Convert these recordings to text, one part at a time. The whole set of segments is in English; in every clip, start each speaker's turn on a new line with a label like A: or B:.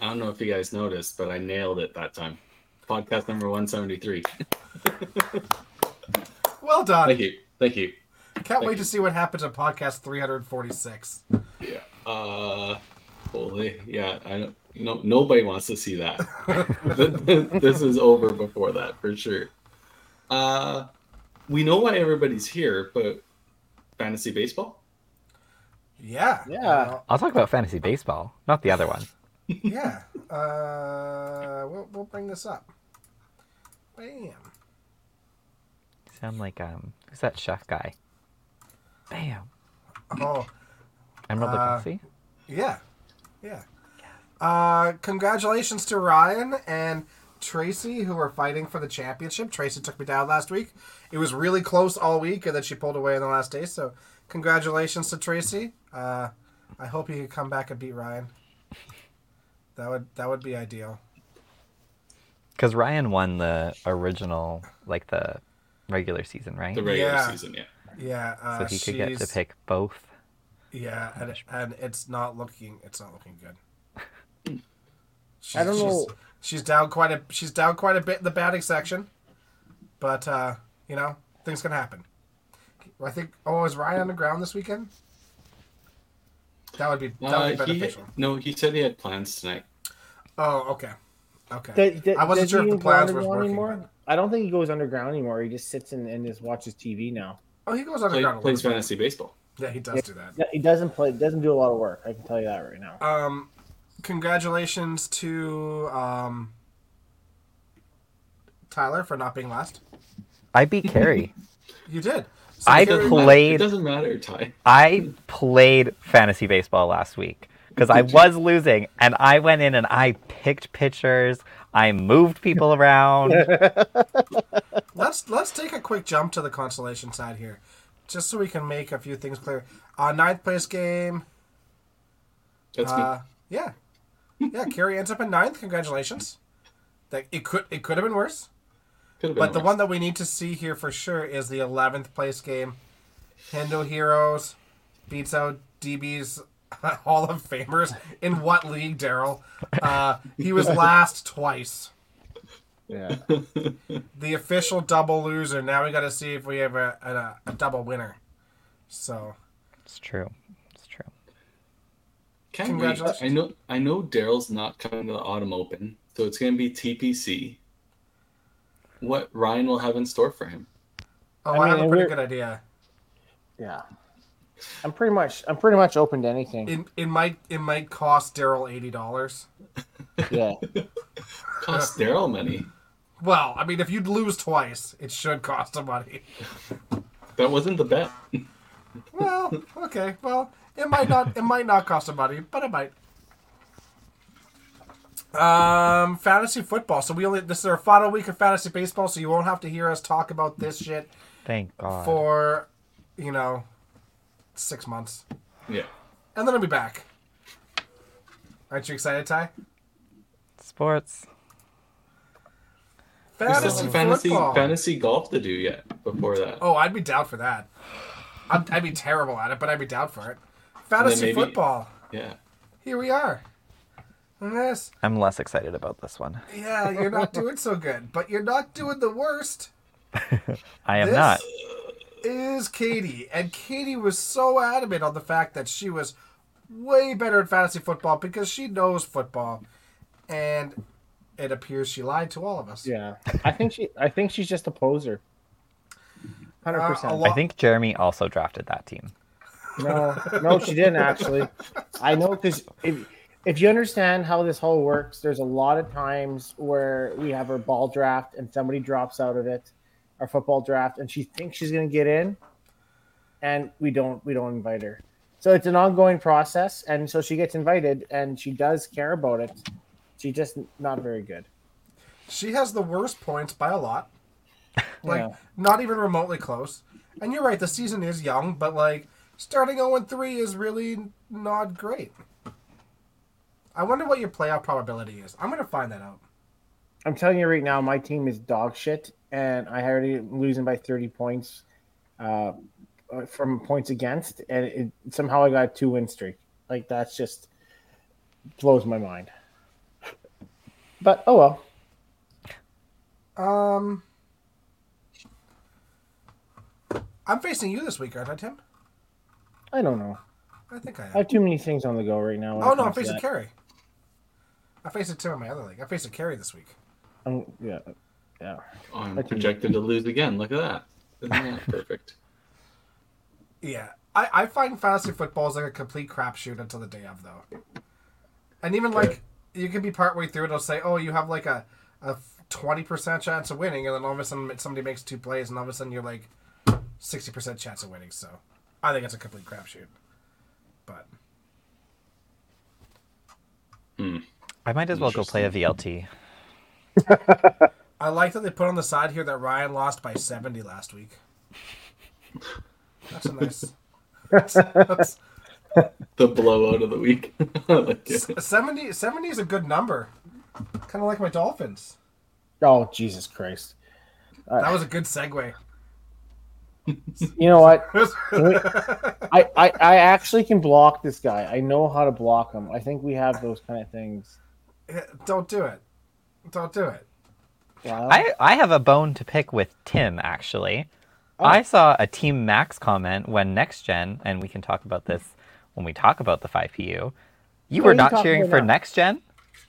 A: don't know if you guys noticed, but I nailed it that time. Podcast number 173.
B: Well done.
A: Thank you. Thank you.
B: Can't wait
A: you.
B: to see what happens on podcast 346.
A: Yeah. Uh, holy. Yeah. I don't. No, nobody wants to see that. this is over before that for sure. Uh, we know why everybody's here, but fantasy baseball.
B: Yeah.
C: Yeah.
D: I'll talk about fantasy baseball, not the other one.
B: yeah. Uh, we'll, we'll bring this up. Bam.
D: Sound like um, who's that chef guy? Bam,
B: Oh,
D: Emerald
B: Uh,
D: Lagasse.
B: yeah. Yeah. Uh, congratulations to Ryan and Tracy, who are fighting for the championship. Tracy took me down last week. It was really close all week, and then she pulled away in the last day. So, congratulations to Tracy. Uh, I hope you can come back and beat Ryan. That would that would be ideal.
D: Because Ryan won the original, like the regular season, right?
A: The regular
B: Yeah.
A: season. Yeah.
B: Yeah. Uh,
D: so he could get to
B: she's-
D: pick both.
B: Yeah, and, and it's not looking it's not looking good. She's,
C: I don't know.
B: She's, she's down quite a she's down quite a bit in the batting section, but uh, you know things can happen. I think. Oh, is Ryan on the ground this weekend? That would be that
A: Uh,
B: would be
A: he,
B: beneficial.
A: no, he said he had plans tonight.
B: Oh, okay, okay.
C: Th- th-
B: I wasn't
C: does
B: sure
C: he
B: if the
C: even go
B: plans was
C: underground
B: working,
C: Anymore? I don't think he goes underground anymore. He just sits in and just watches TV now.
B: oh, he goes on the
A: Play,
B: ground. a
A: plays
B: little bit.
A: fantasy baseball.
B: Yeah, he does do that.
C: No, He doesn't play. Doesn't do a lot of work. I can tell you that right now.
B: Um, congratulations to um, Tyler for not being last.
D: I beat Carrie.
B: You did. So
D: I
B: Carrie-
A: Doesn't matter- It
D: played.
A: doesn't matter, Ty.
D: I played fantasy baseball last week because I was losing, and I went in and I picked pitchers. I moved people around.
B: Let's let's take a quick jump to the consolation side here, just so we can make a few things clear. Uh, ninth place game.
A: That's
B: Uh, yeah, yeah. Carrie ends up in ninth. Congratulations. That it could it could have been worse,
A: me. Could have been
B: but the
A: worse.
B: one that we need to see here for sure is the eleventh place game. Hendo Heroes beats out DB's Hall of Famers in what league, Daryl? Uh, he was last twice.
C: Yeah.
B: the official double loser. Now we got to see if we have a, a, a double winner. So
D: it's true. It's true.
A: Can we-
B: Congratulations.
A: I know I know Daryl's not coming to the Autumn Open, so it's gonna be TPC. What Ryan will have in store for him.
B: oh, I,
C: I mean,
B: have a
C: and
B: pretty
C: we're-
B: good idea.
C: Yeah. I'm pretty much. I'm pretty much open to anything.
B: It, it might it might cost Daryl eighty dollars.
C: Yeah.
A: Cost Daryl money.
B: Well, I mean, if you lose twice, it should cost him money.
A: That wasn't the bet.
B: Well, okay. Well, it might not it might not cost him money, but it might. Um, fantasy football. So we only this is our final week of fantasy baseball, so you won't have to hear us talk about this shit
D: Thank God.
B: for, you know, six months.
A: Yeah.
B: And then I'll be back. Aren't you excited, Ty?
D: Sports.
A: There's
B: Fantasy
A: some fantasy
B: football.
A: fantasy golf to do yet before that.
B: Oh, I'd be down for that. I'd, I'd be terrible at it, but I'd be down for it. Fantasy
A: maybe-
B: football.
A: Yeah.
B: Here we are. Yes.
D: I'm less excited about this one.
B: Yeah, you're not doing so good, but you're not doing the worst.
D: I am
B: This-
D: not.
B: Is Katie. And Katie was so adamant on the fact that she was way better at fantasy football because she knows football. And it appears she lied to all of us.
C: Yeah. I think she. I think she's just a poser. Hundred
B: Uh, a
C: percent.
B: lot-
D: I think Jeremy also drafted that team.
C: No, no, she didn't actually. I know because if, if you understand how this whole works, there's a lot of times where we have our ball draft and somebody drops out of it, our football draft, and she thinks she's going to get in, and we don't we don't invite her. So it's an ongoing process, and so she gets invited, and she does care about it. She just not very good.
B: She has the worst points by a lot. Like
C: Yeah.
B: not even remotely close. And you're right, the season is young, but like starting 0 3 is really not great. I wonder what your playoff probability is. I'm gonna find that out.
C: I'm telling you right now, my team is dog shit, and I already am losing by 30 points uh, from points against, and it, somehow I got a two win streak. Like that's just blows my mind. But oh well.
B: Um, I'm facing you this week, aren't I, Tim?
C: I don't know.
B: I think I am.
C: I have too many things on the go right now. when it
B: oh no, I'm
C: comes to
B: facing
C: that.
B: Carrie. I'm facing Tim in my other league. I'm facing Carrie this week.
C: I'm- yeah, yeah.
A: Oh, I'm
C: I can-
A: projected to lose again. Look at that. Isn't that perfect?
B: Yeah, I, I find fantasy football is like a complete crapshoot until the day of, though. And even like you can be partway through, it'll say, "Oh, you have like a a twenty percent chance of winning," and then all of a sudden somebody makes two plays, and all of a sudden you're like sixty percent chance of winning. So I think it's a complete crapshoot. But
D: I might as well go play a VLT.
B: I like that they put on the side here that Ryan lost by seventy last week. That's a nice. that's-
A: The blowout of the week. I like it.
B: 70, 70 is a good number. Kind of like my Dolphins.
C: Oh Jesus Christ!
B: That was a good segue.
C: You know what? I, I I actually can block this guy. I know how to block him. I think we have those kind of things.
B: Don't do it. Don't do it.
C: Wow.
D: I, I have a bone to pick with Tim, actually.
C: Oh.
D: I saw a Team Max comment when Next Gen, and we can talk about this when we talk about the 5PU. You
C: What are
D: were
C: you
D: not
C: talking
D: cheering for
C: about?
D: Next Gen?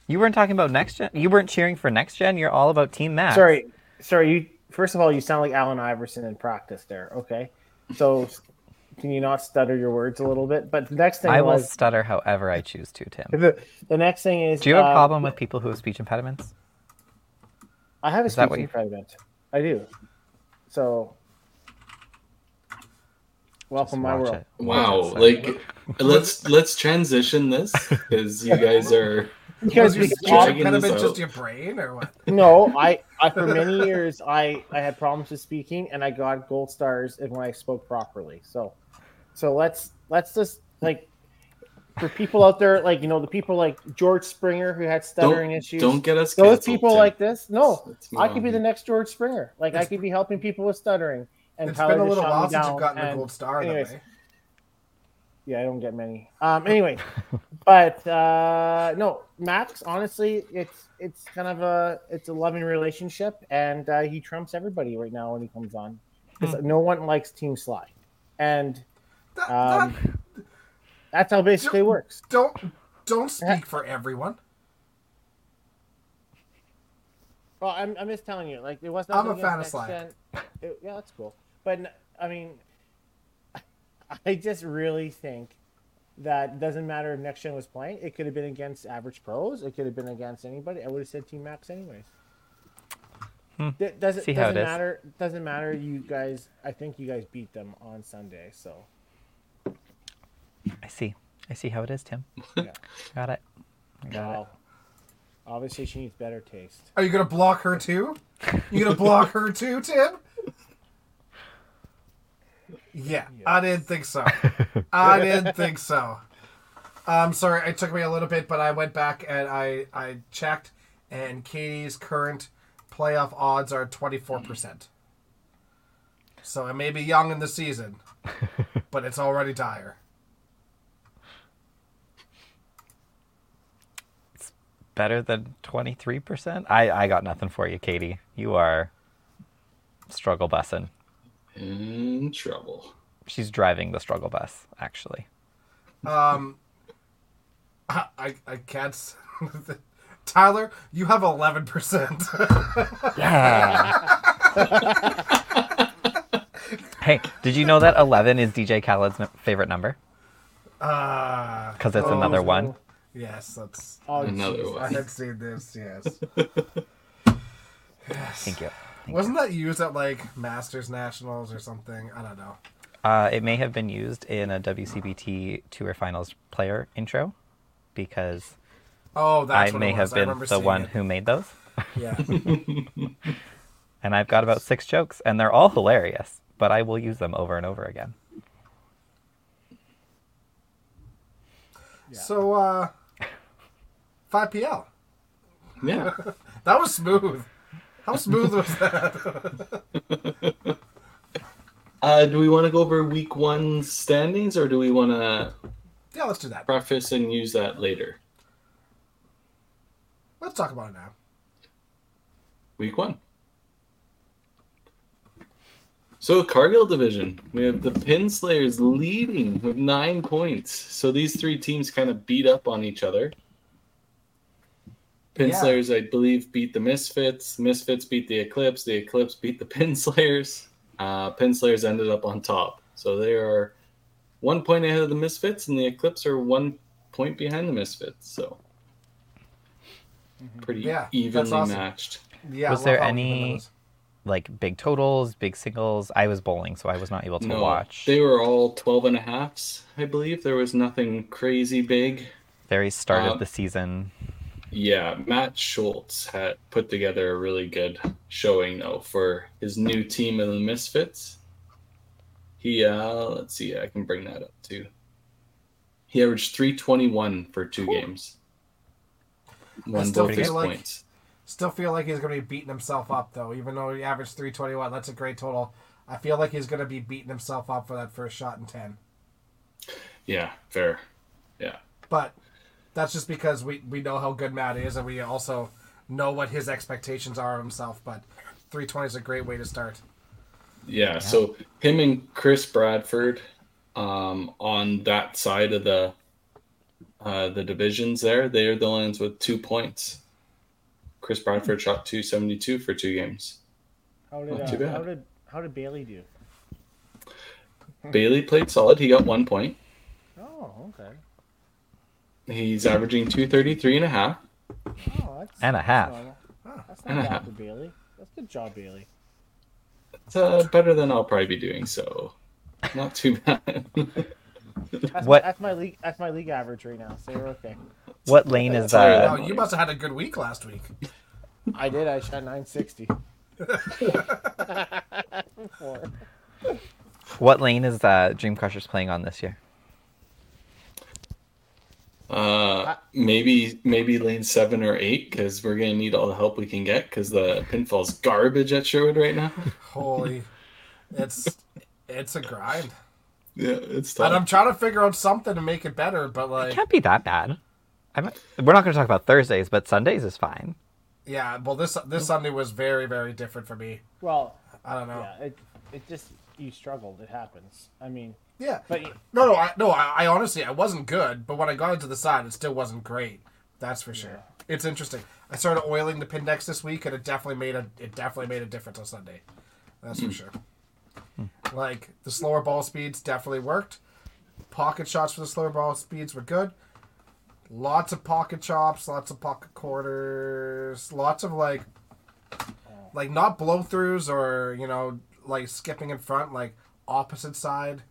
D: You weren't talking about Next Gen? You weren't cheering for Next Gen? You're all about Team Max.
C: sorry, sorry. You first of all, you sound like Alan Iverson in practice there. Okay, so can you not stutter your words a little bit? But the next thing
D: I will
C: was
D: stutter however I choose to, Tim.
C: the, the next thing is
D: Do you have a
C: um,
D: problem with people who have speech impediments?
C: I have a
D: that
C: speech
D: what you-
C: impediment. I do. So welcome my
D: Watch
C: world.
D: it.
A: Wow,
D: Watch it, sorry.
A: like let's let's transition this because you guys are
B: Was
C: Because
B: your
C: we-
B: speech
A: jogging
B: impediment
A: this
B: just
A: out.
B: your brain or what?
C: no, I, I for many years I, I had problems with speaking and I got gold stars if- when I spoke properly. So so let's let's just like for people out there like you know the people like George Springer who had stuttering
A: don't,
C: issues.
A: don't get us
C: those
A: canceled,
C: people
A: Tim.
C: like this. No,
A: Let's move
C: I could
A: on
C: be the
A: here.
C: next George Springer. Like I could be helping people with stuttering. And
B: It's
C: Tyler
B: been a
C: just
B: little
C: shut me
B: while since you've
C: down
B: gotten a
C: and-
B: gold star eh? in the
C: anyways.
B: way.
C: yeah, I don't get many. Um, anyway, but uh, no, Max. Honestly, it's it's kind of a it's a loving relationship, and uh, he trumps everybody right now when he comes on because no one likes Team Sly, and
B: That,
C: Um,
B: that-
C: that's how basically it works.
B: don't don't speak for everyone.
C: Well, I'm, I'm just telling you, like it was.
B: I'm
C: nothing
B: a
C: against
B: fan of
C: Next
B: Sly.
C: Gen. It- yeah, that's cool. But n- I mean, I just really think that it doesn't matter if Next Gen was playing. It could have been against average pros. It could have been against anybody. I would have said Team Max anyways. D- doesn't
D: Hmm. See how
C: doesn't
D: it is.
C: matter. Doesn't matter. You guys, I think you guys beat them on Sunday. So
D: I see. I see how it is, Tim.
C: yeah.
D: Got it. I Got it.
C: wow. Obviously, she needs better taste.
B: Are you gonna block her too? You gonna block her too, Tim? Yeah, I didn't think so. I didn't think so. I'm sorry, it took me a little bit, but I went back and I I checked, and Katie's current playoff odds are 24 percent. So I may be young in the season, but it's already dire.
D: better than 23%? I, I got nothing for you, Katie. You are struggle bussin'.
A: in trouble.
D: She's driving the struggle bus, actually.
B: Um, I I, I can't. s- Tyler, you have 11 percent.
D: Yeah. hey, did you know that 11 is DJ Khaled's n- favorite number?
B: Ah,
D: Because it's another one.
B: yes, that's.
C: Oh,
A: Another
C: jeez.
B: I
A: one.
B: had seen this. Yes,
D: Thank you. Thank
B: wasn't that used at like Masters Nationals or something? I don't know.
D: you. Uh, it may have been used in a WCBT Tour Finals player intro because
B: Oh, that's
D: I
B: what
D: may
B: it
D: have
B: was. I
D: been
B: remember
D: the
B: seeing
D: one
B: it.
D: who made those.
B: Yeah,
D: And I've got about six jokes, and they're all hilarious, but I will use them over and over again.
B: So, uh, five PL.
A: Yeah.
B: That was smooth. How smooth was that?
A: Uh, do we want to go over week one standings or do we want to
B: Yeah, let's do that.
A: preface and use that later?
B: Let's talk about it now.
A: week one. So Cargill division, we have the Pin Slayers leading with nine points. So these three teams kind of beat up on each other. Pin
B: Yeah.
A: Slayers, I believe, beat the Misfits. Misfits beat the Eclipse. The Eclipse beat the Pin Slayers. Uh, Pin Slayers ended up on top. So they are one point ahead of the Misfits, and the Eclipse are one point behind the Misfits. So pretty
B: Mm-hmm. Yeah, that's
A: evenly
B: awesome.
A: matched.
B: Yeah.
D: Was
B: love
D: there
B: how open
D: any-
B: it is.
D: Like big totals, big singles. I was bowling, so I was not able to
A: No,
D: watch.
A: they were all 12 and a halves, I believe. There was nothing crazy big.
D: Very start
A: Um,
D: of the season.
A: Yeah, Matt Schultz had put together a really good showing though for his new team of the Misfits. He uh let's see, I can bring that up too. He averaged 321 for two games. Won
B: still
A: both his
B: feel like-
A: points.
B: Still feel like he's going to be beating himself up though, even though he averaged three twenty one. That's a great total. I feel like he's going to be beating himself up for that first shot in ten.
A: Yeah, fair.
B: But that's just because we we know how good Matt is, and we also know what his expectations are of himself. But three twenty is a great way to start.
A: Yeah, so him and Chris Bradford um, on that side of the uh, the divisions there, they are the ones with two points. Chris Bradford shot 272 for two games.
C: How
A: Not
C: did,
A: too
C: uh,
A: bad.
C: how did how did Bailey do?
A: Bailey played solid. He got one point.
C: Oh, okay.
A: He's averaging 233 and a half.
C: Oh, that's
D: And a
C: that's
D: half.
C: normal.
B: Huh.
C: That's
A: And a
C: not bad
A: half.
C: for Bailey. That's good job, Bailey.
A: It's uh, better than I'll probably be doing, so not too bad.
C: That's,
D: What-
C: that's my league. That's my league average right now. So you're okay.
D: What lane is uh,
A: Sorry,
D: that?
B: Oh, you must have had a good week last week.
C: I did. I shot 960. Four.
D: What lane is that Dream Crushers playing on this year?
A: Uh, maybe maybe lane seven or eight because we're gonna need all the help we can get because the pinfall's garbage at Sherwood right now.
B: Holy, it's it's a grind,
A: Yeah, it's tough.
B: and I'm trying to figure out something to make it better. But
D: It
B: like,
D: can't be that bad. I'm, we're not going to talk about Thursdays, but Sundays is fine.
B: yeah, well this this Sunday was very very different for me.
C: Well,
B: I don't know.
C: yeah. It it just you struggled. It happens. I mean,
B: Yeah,
C: but
B: no, no, I, no. I, I honestly, I wasn't good, but when I got into the side, it still wasn't great. That's for sure. It's interesting. I started oiling the Pindex this week, and it definitely made a it definitely made a difference on Sunday. That's for sure. Like the slower ball speeds definitely worked. Pocket shots for the slower ball speeds were good. Lots of pocket chops, lots of pocket quarters, lots of like, like not blow throughs or you know like skipping in front, like opposite side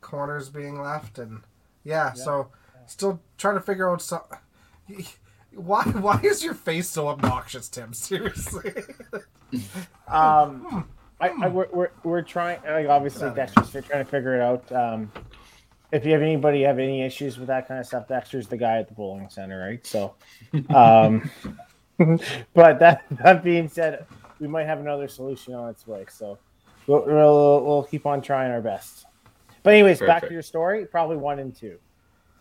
B: corners being left and yeah, so still trying to figure out so why why is your face so obnoxious tim seriously
C: um, I, I we're, we're we're trying. Like obviously, Dexter's we're trying to figure it out. Um, if you have anybody have any issues with that kind of stuff, Dexter's the guy at the bowling center, right? So, um, but that that being said, we might have another solution on its way. So, we'll we'll, we'll keep on trying our best. But anyways, back
A: Perfect.
C: to your story. Probably one and two.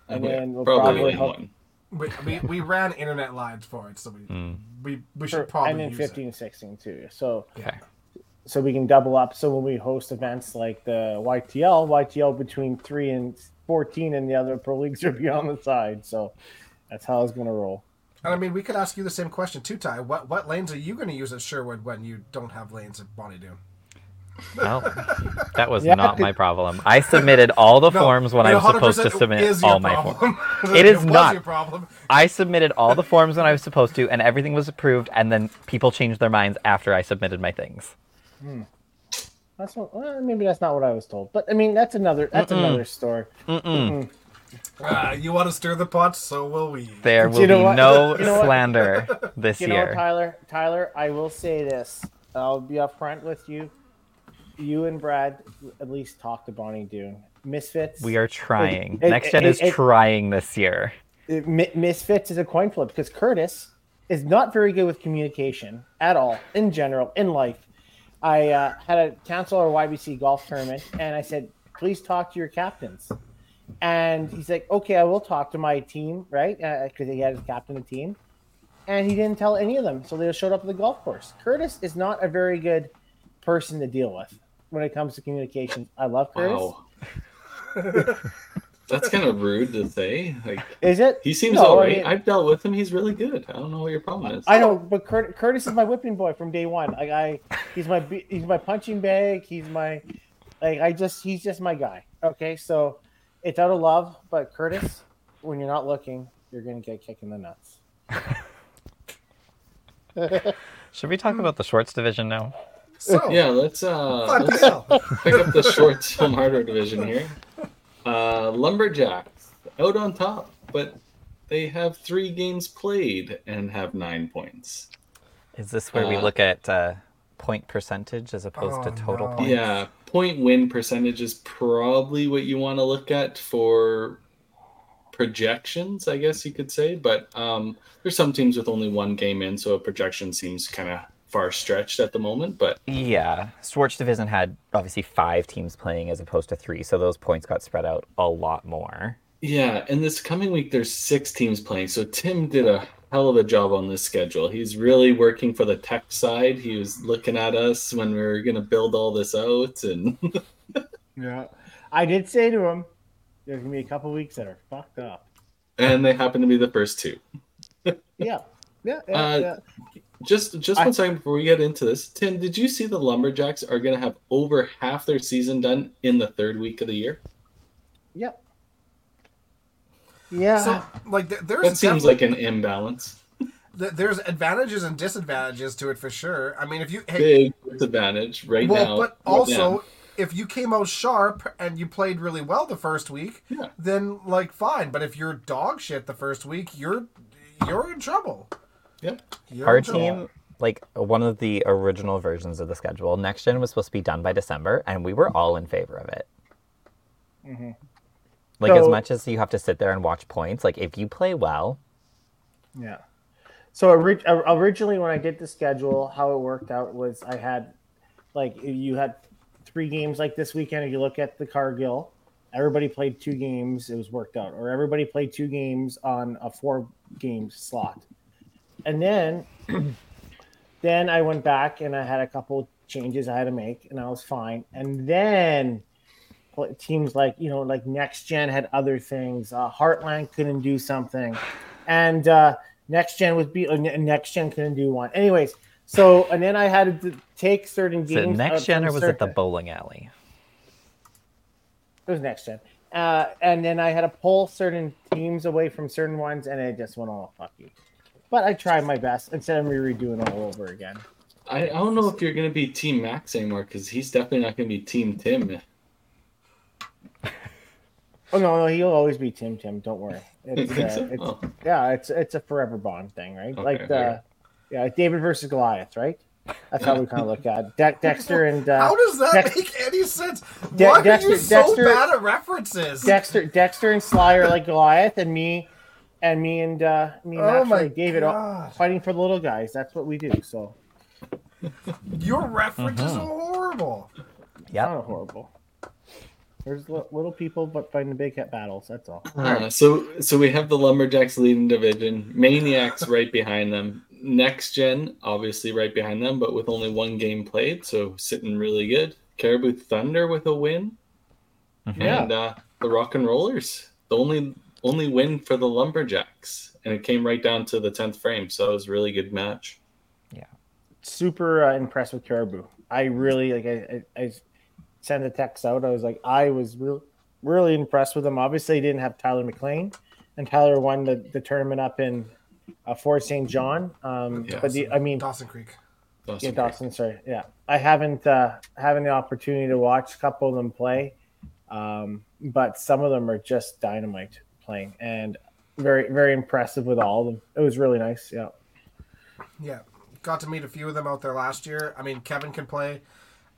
C: And
A: Yeah,
C: then we'll
A: probably,
C: probably
A: lane
C: hope-
A: one.
B: we, we, we ran internet lines for it so we
D: Mm.
B: we, we
C: Sure,
B: should probably
C: and then
B: use
C: 15
B: it
C: and 16 too. So
D: Okay.
C: so we can double up. So when we host events like the YTL, YTL between three and 14, and the other pro leagues are be on the side. So that's how it's going to roll.
B: and i mean we could ask you the same question too ty what what lanes are you going to use at sherwood when you don't have lanes at bonnie doon
D: Well, that was
C: Yeah.
D: not my problem. I submitted all the
B: No,
D: forms when
B: but
D: I was
B: 100%
D: supposed to
B: it
D: submit
B: is your
D: all my forms.
B: problem.
D: It is
B: was
D: not.
B: your problem
D: I submitted all the forms when I was supposed to, and everything was approved, and then people changed their minds after I submitted my things.
C: That's what, well, maybe that's not what I was told, but I mean that's another that's another story.
B: uh, you want to stir the pot so will we
D: There will
C: You know
D: be
C: what?
D: no
C: You know what?
D: slander this
C: You know,
D: year.
C: Tyler, Tyler, I will say this. I'll be upfront with you. You and Brad at least talk to Bonnie Doon. Misfits.
D: we are trying.
C: it-
D: Next Gen
C: it-
D: is
C: it-
D: trying this year.
C: it, mi- misfits is a coin flip because Curtis is not very good with communication at all in general in life. I uh, had a council or YBC golf tournament, and I said, "Please talk to your captains." Uh, And he's like, "Okay, I will talk to my team, right?" Because he had his captain of the team. and he didn't tell any of them. So they just showed up at the golf course. Curtis is not a very good person to deal with when it comes to communication. I love Curtis.
A: Wow. That's kind of rude to say. Like
C: Is it?
A: he seems
C: No, I
A: all right.
C: mean-
A: I've dealt with him. He's really good. I don't know what your problem is.
C: I know, but Curt- Curtis is my whipping boy from day one. Like I, he's my be- he's my punching bag. He's my, like I just he's just my guy. Okay, so it's out of love, but Curtis, when you're not looking, you're gonna get kicked in the nuts.
D: Should we
C: Hmm.
D: talk about the Schwartz division now?
B: So
A: Yeah, let's uh
B: fuck
A: let's
B: hell.
A: pick up the shorts home hardware division here. Uh Lumberjacks out on top, but they have three games played and have nine points.
D: Is this where we
A: Uh,
D: look at uh, point percentage as opposed to
B: Oh,
D: total
B: no.
D: points?
A: Yeah, point win percentage is probably what you want to look at for projections, I guess you could say. But um, there's some teams with only one game in, so a projection seems kind of far stretched at the moment. But
D: Yeah. Schwartz division had obviously five teams playing as opposed to three, so those points got spread out a lot more.
A: yeah, and this coming week there's six teams playing. So Tim did a hell of a job on this schedule. He's really working for the tech side. He was looking at us when we were going to build all this out, and
C: Yeah, I did say to him, "There's gonna be a couple weeks that are fucked up."
A: and they happen to be the first two.
C: Yeah, yeah, yeah.
A: Uh,
C: yeah.
A: Just just
C: I-
A: one second before we get into this, Tim, did you see the Lumberjacks are going to have over half their season done in the third week of the year?
C: Yep. Yeah.
B: So like th- there's
A: That seems
B: definitely-
A: like an imbalance.
B: th- there's advantages and disadvantages to it for sure. I mean, if you
A: Big
B: hey,
A: disadvantage right
B: well,
A: now.
B: but
A: Yeah.
B: also if you came out sharp and you played really well the first week,
A: Yeah.
B: then like fine. But if you're dog shit the first week, you're you're in trouble.
A: Yep.
B: You're
D: Our
B: in trouble.
D: team, like one of the original versions of the schedule, next gen was supposed to be done by December, and we were all in favor of it. Like as
C: Mm-hmm. So-
D: much as you have to sit there and watch points, like if you play well,
C: Yeah. So ori- originally, when I did the schedule, how it worked out was I had like you had three games like this weekend. If you look at the Cargill, everybody played two games. It was worked out, or everybody played two games on a four game slot. And then, then I went back and I had a couple changes I had to make, and I was fine. And then pl- teams like you know like next gen had other things. Uh, Heartland couldn't do something, and uh, next gen was be uh, ne- next gen couldn't do one. Anyways, so and then I had to d- take certain
D: is it
C: games. out
D: next gen
C: from
D: or was it the
C: certain-
D: bowling alley?
C: it was next gen. Uh, and then I had to pull certain teams away from certain ones, and it just went all fucky. But I tried my best instead of me redoing all over again.
A: I, I don't know if you're going to be Team Max anymore because he's definitely not going to be Team Tim.
C: Oh no, no, he'll always be Tim Tim. Don't worry. It's,
A: Think so?
C: uh, it's
A: Oh.
C: yeah, it's it's a forever bond thing, right?
A: Okay,
C: like the
A: okay.
C: yeah, David versus Goliath, right? That's how we kind of look at it. De- Dexter and uh,
B: How does that
C: Dex-
B: make any sense?
C: De-
B: Why are you
C: Dexter-
B: so
C: Dexter-
B: bad at references?
C: Dexter Dexter and Sly are like Goliath, and me and me and uh, me and
B: Oh
C: actually
B: my
C: David are
B: God.
C: fighting for the little guys. That's what we do. So
B: Your references
C: Uh-huh.
B: are horrible.
C: kind
D: Yeah.
C: of horrible. There's li- little people, but fighting the big hit battles. That's all.
A: Uh, so so we have the Lumberjacks leading division, Maniacs right behind them, Next Gen obviously right behind them, but with only one game played, so sitting really good. Caribou Thunder with a win,
C: Yeah.
A: and uh, the Rock and Rollers, the only only win for the Lumberjacks, and it came right down to the tenth frame, so it was a really good match.
C: Super uh, impressed with Caribou. I really like. I, I, I sent a text out. I was like, I was real, really impressed with him. Obviously, he didn't have Tyler McLean, and Tyler won the, the tournament up in uh, Fort St. John. Um,
A: Yeah.
C: but the, I mean,
B: Dawson Creek.
A: Dawson
C: Yeah,
A: Creek.
C: Dawson. Sorry. Yeah, I haven't uh, having the opportunity to watch a couple of them play, um, but some of them are just dynamite playing and very very impressive with all of them. It was really nice. Yeah.
B: Yeah, got to meet a few of them out there last year. I mean, Kevin can play.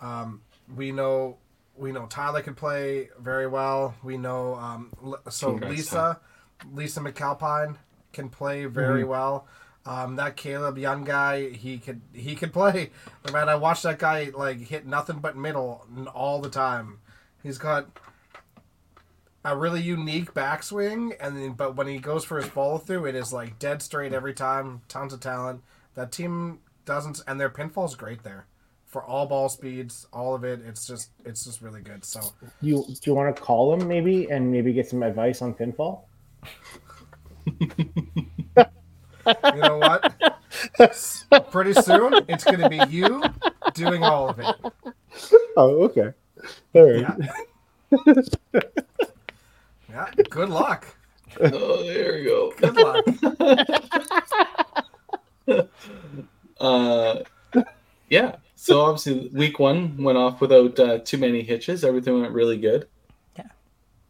B: Um, we know we know Tyler can play very well. We know um, L- so
A: Congrats,
B: Lisa Lisa McAlpine can play very well. Um, that Caleb young guy, he could he could play. Man, I watched that guy like hit nothing but middle n- all the time. He's got a really unique backswing, and then but when he goes for his follow through, it is like dead straight every time. Tons of talent. That team doesn't, and their pinfall's great there for all ball speeds, all of it. It's just it's just really good. So
C: You do you want to call him maybe and maybe get some advice on pinfall?
B: you know what? S- Pretty soon it's going to be you doing all of it.
E: Oh, okay. All right.
B: Yeah. yeah. Good luck.
A: oh, there we go.
B: Good luck.
A: Uh, yeah. So obviously, week one went off without uh, too many hitches. Everything went really good.
D: Yeah.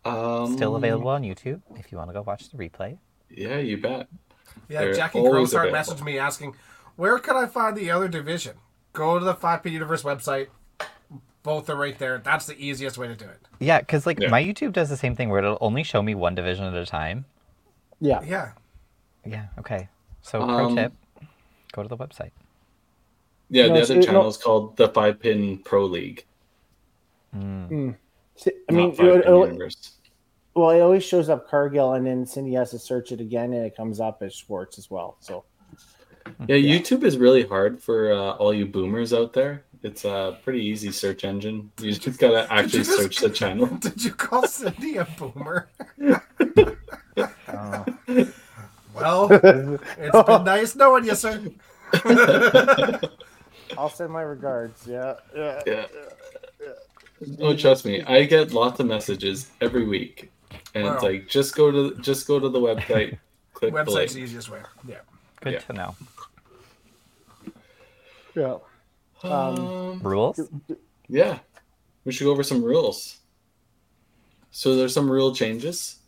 A: Um,
D: Still available on YouTube if you want to go watch the replay.
A: Yeah, you bet.
B: Yeah.
A: They're
B: Jackie
A: always
B: Crowsart
A: available.
B: messaged me asking, "Where can I find the other division?" Go to the 5P Universe website. Both are right there. That's the easiest way to do it.
D: Yeah, because like
A: Yeah.
D: my YouTube does the same thing where it'll only show me one division at a time.
C: Yeah.
B: Yeah.
D: Yeah. Okay. So Oh, pro
A: Um,
D: tip: go to the website.
A: Yeah,
C: No,
A: the
C: it's-
A: other
C: it-
A: channel
C: no-
A: is called the Five Pin Pro League.
D: Mm,
C: So, I mean, uh,
A: not
C: it,
A: Five Pin
C: it-
A: Universe.
C: well, it always shows up Cargill, and then Cindy has to search it again, and it comes up as Schwartz as well. So
A: Yeah, YouTube is really hard for uh, all you boomers out there. It's a pretty easy search engine. You just gotta actually
B: just-
A: search the channel.
B: Did you call Cindy a boomer?
D: Oh,
B: Well, it's been nice knowing you, sir.
C: I'll send my regards. Yeah. Yeah.
A: Yeah. Oh, trust me, I get lots of messages every week, and it's
B: Wow.
A: like just go to just go to the website, click the
B: Website's the
A: link.
B: easiest way. Yeah.
D: good
A: Yeah.
D: to know.
C: yeah.
A: Um,
D: Rules.
A: yeah, we should go over some rules. So there's some rule changes.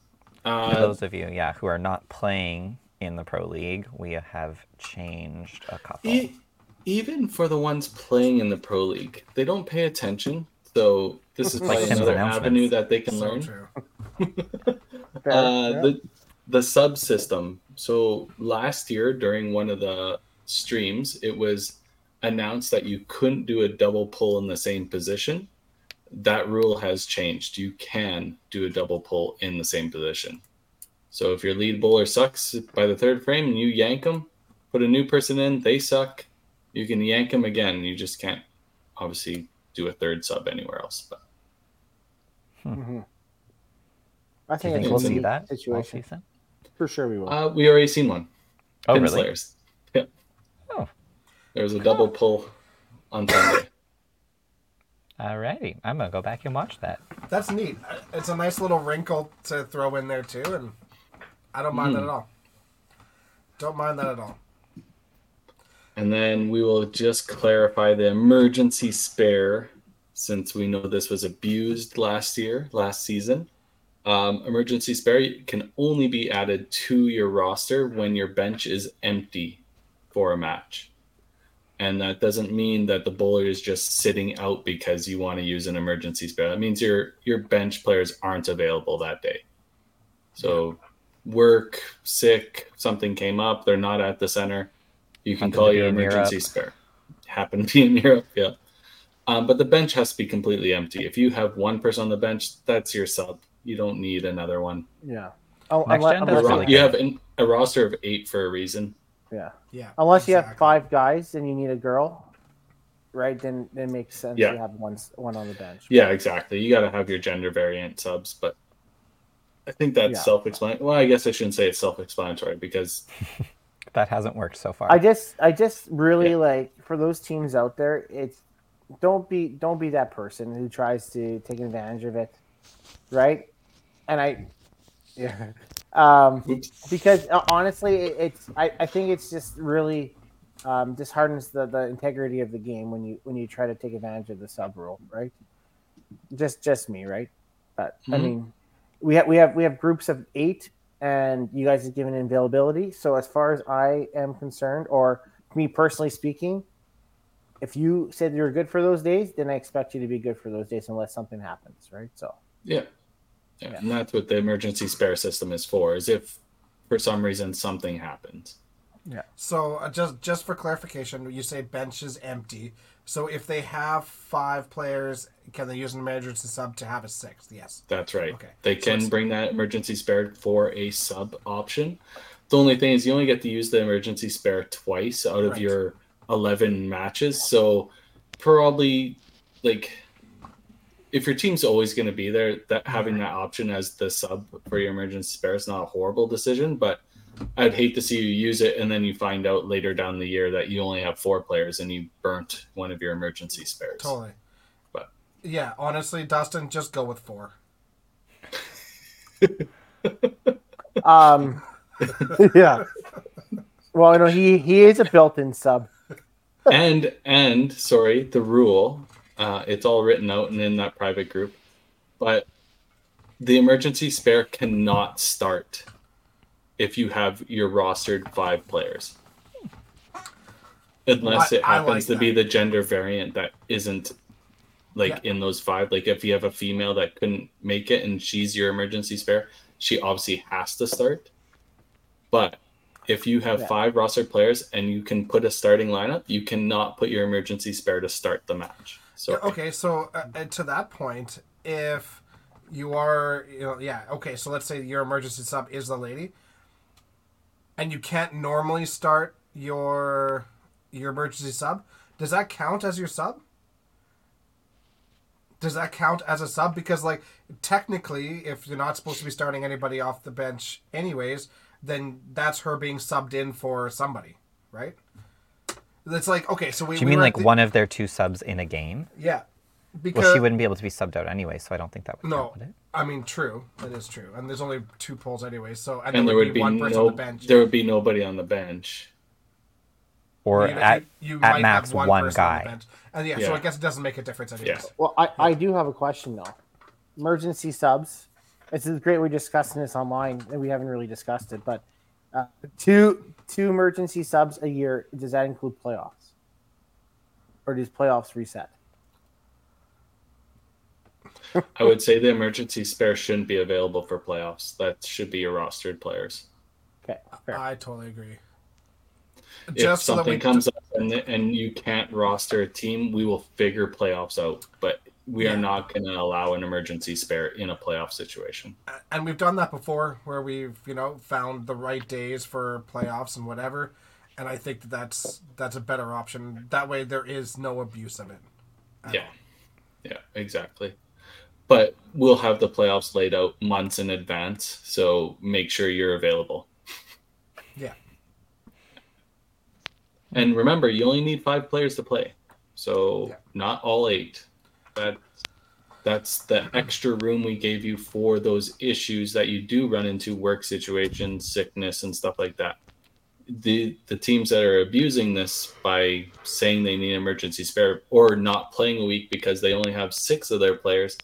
D: For
A: Uh,
D: those of you, yeah, who are not playing in the pro league, we have changed a couple.
A: E- even for the ones playing in the pro league, they don't pay attention. So this is
D: Like
A: probably
D: Tim's
A: another
D: announcements.
A: avenue that they can
B: So
A: learn.
B: true.
C: Fair.
A: Uh,
C: Yeah.
A: the the subsystem. So last year during one of the streams, it was announced that you couldn't do a double pull in the same position. That rule has changed. You can do a double pull in the same position. So if your lead bowler sucks by the third frame and you yank them, put a new person in, they suck. You can yank them again. You just can't obviously do a third sub anywhere else. But
C: Mm-hmm. I
D: Hmm. Do you
C: think,
D: think
C: it's
D: we'll
A: a
D: see
A: unique
D: that all
C: situation.
D: season?
C: For sure, we will.
A: uh, we already seen one.
D: Oh,
A: Pin
D: really?
A: Slayers. Yep.
D: Oh.
A: There was a double pull on Sunday.
D: Alrighty, I'm gonna go back and watch that.
B: That's neat. It's a nice little wrinkle to throw in there too, and I don't
A: Hmm.
B: mind that at all. Don't mind that at all.
A: And then we will just clarify the emergency spare since we know this was abused last year, last season. Um, emergency spare can only be added to your roster when your bench is empty for a match. And that doesn't mean that the bowler is just sitting out because you want to use an emergency spare. That means your your bench players aren't available that day. So work, sick, something came up, they're not at the center. You can
D: Happened to
A: call
D: be
A: your
D: in
A: emergency
D: Europe.
A: spare. Happen to be in Europe, yeah. Um, but the bench has to be completely empty. If you have one person on the bench, that's your sub. You don't need another one.
C: yeah. Oh,
D: Next gen
C: unless,
A: You
D: That's
C: unless,
A: ro-
D: really
A: you
D: good.
A: have an, a roster of eight for a reason.
C: yeah.
B: Yeah.
C: Unless you have
B: exactly.
C: five guys and you need a girl, right? Then then it makes sense
A: Yeah.
C: to have one s- one on the bench.
A: Yeah, exactly. You got to have your gender variant subs, but I think that's
C: Yeah.
A: self-explanatory. Well, I guess I shouldn't say it's self-explanatory because
D: That hasn't worked so far.
C: I just I just really
A: Yeah.
C: like for those teams out there, it's don't be don't be that person who tries to take advantage of it, right? And I, yeah, um,
A: oops,
C: because uh, honestly, it, it's I, I think it's just really um, disheartens the, the integrity of the game when you when you try to take advantage of the sub rule, right? Just just me, right? But I
A: Mhm.
C: mean, we have we have we have groups of eight, and you guys have given availability. So as far as I am concerned, or me personally speaking, if you said you're good for those days, then I expect you to be good for those days unless something happens, right? So
A: yeah. yeah, and that's what the emergency spare system is for. Is if for some reason something happens.
B: So uh, just just for clarification, you say bench is empty. So if they have five players, can they use an emergency sub to have a sixth? Yes.
A: That's right.
B: Okay.
A: They
B: So
A: can
B: it's-
A: bring that emergency spare for a sub option. The only thing is you only get to use the emergency spare twice out of
B: Right.
A: your 11 matches. So probably like if your team's always going to be there, that having that option as the sub for your emergency spare is not a horrible decision, but I'd hate to see you use it and then you find out later down the year that you only have four players and you burnt one of your emergency spares.
B: Totally.
A: But-
B: yeah, honestly, Dustin, just go with four.
C: Um, yeah. Well, you know, he he is a built-in sub.
A: and and sorry, the rule. Uh, it's all written out and in that private group, but the emergency spare cannot start if you have your rostered five players, unless
B: I-
A: it
B: I
A: happens
B: like
A: to be the gender variant that isn't like in those five. Like if you have a female that couldn't make it and she's your emergency spare, she obviously has to start. But if you have
C: Yeah.
A: five roster players and you can put a starting lineup, you cannot put your emergency spare to start the match. So
B: Okay, so uh, uh, to that point, if you are, you know, yeah, okay, so let's say your emergency sub is the lady, and you can't normally start your your emergency sub. Does that count as your sub? Does that count as a sub? Because like technically, if you're not supposed to be starting anybody off the bench, anyways, then that's her being subbed in for somebody, right? It's like okay, so we.
D: Do you
B: we
D: mean
B: were at
D: like
B: the-
D: one of their two subs in a game?
B: Yeah. Because
D: Well, she wouldn't be able to be subbed out anyway, so I don't think that would
B: No,
D: count, would it?
B: I mean true. That is true. And there's only two polls anyway. So and,
A: and
B: there would be, one person
A: no,
B: on the bench.
A: there would be nobody on the bench.
D: Or
B: You-
D: at,
B: you might
D: at
B: have
D: max one,
B: person on the
D: guy.
B: bench. And yeah, so
A: Yeah.
B: I guess it doesn't make a difference anyways.
A: Yeah.
C: Well, I, I do have a question though. Emergency subs. This is great. We're discussing this online, and we haven't really discussed it. But uh, two two emergency subs a year. Does that include playoffs, or does playoffs reset?
A: I would say the emergency spare shouldn't be available for playoffs. That should be your rostered players.
C: Okay, fair.
B: I totally agree.
A: if
B: Just so that
A: something
B: we
A: comes up and, and you can't roster a team, we will figure playoffs out. But we
B: Yeah.
A: are not going to allow an emergency spare in a playoff situation.
B: and we've done that before where we've, you know, found the right days for playoffs and whatever. And I think that that's that's a better option. That way there is no abuse of it. at
A: Yeah. Yeah, exactly. But we'll have the playoffs laid out months in advance. So make sure you're available.
B: Yeah.
A: And remember, you only need five players to play. So
B: Yeah.
A: not all eight. That that's the extra room we gave you for those issues that you do run into work situations, sickness and stuff like that. The the teams that are abusing this by saying they need emergency spare or not playing a week because they only have 6 of their players,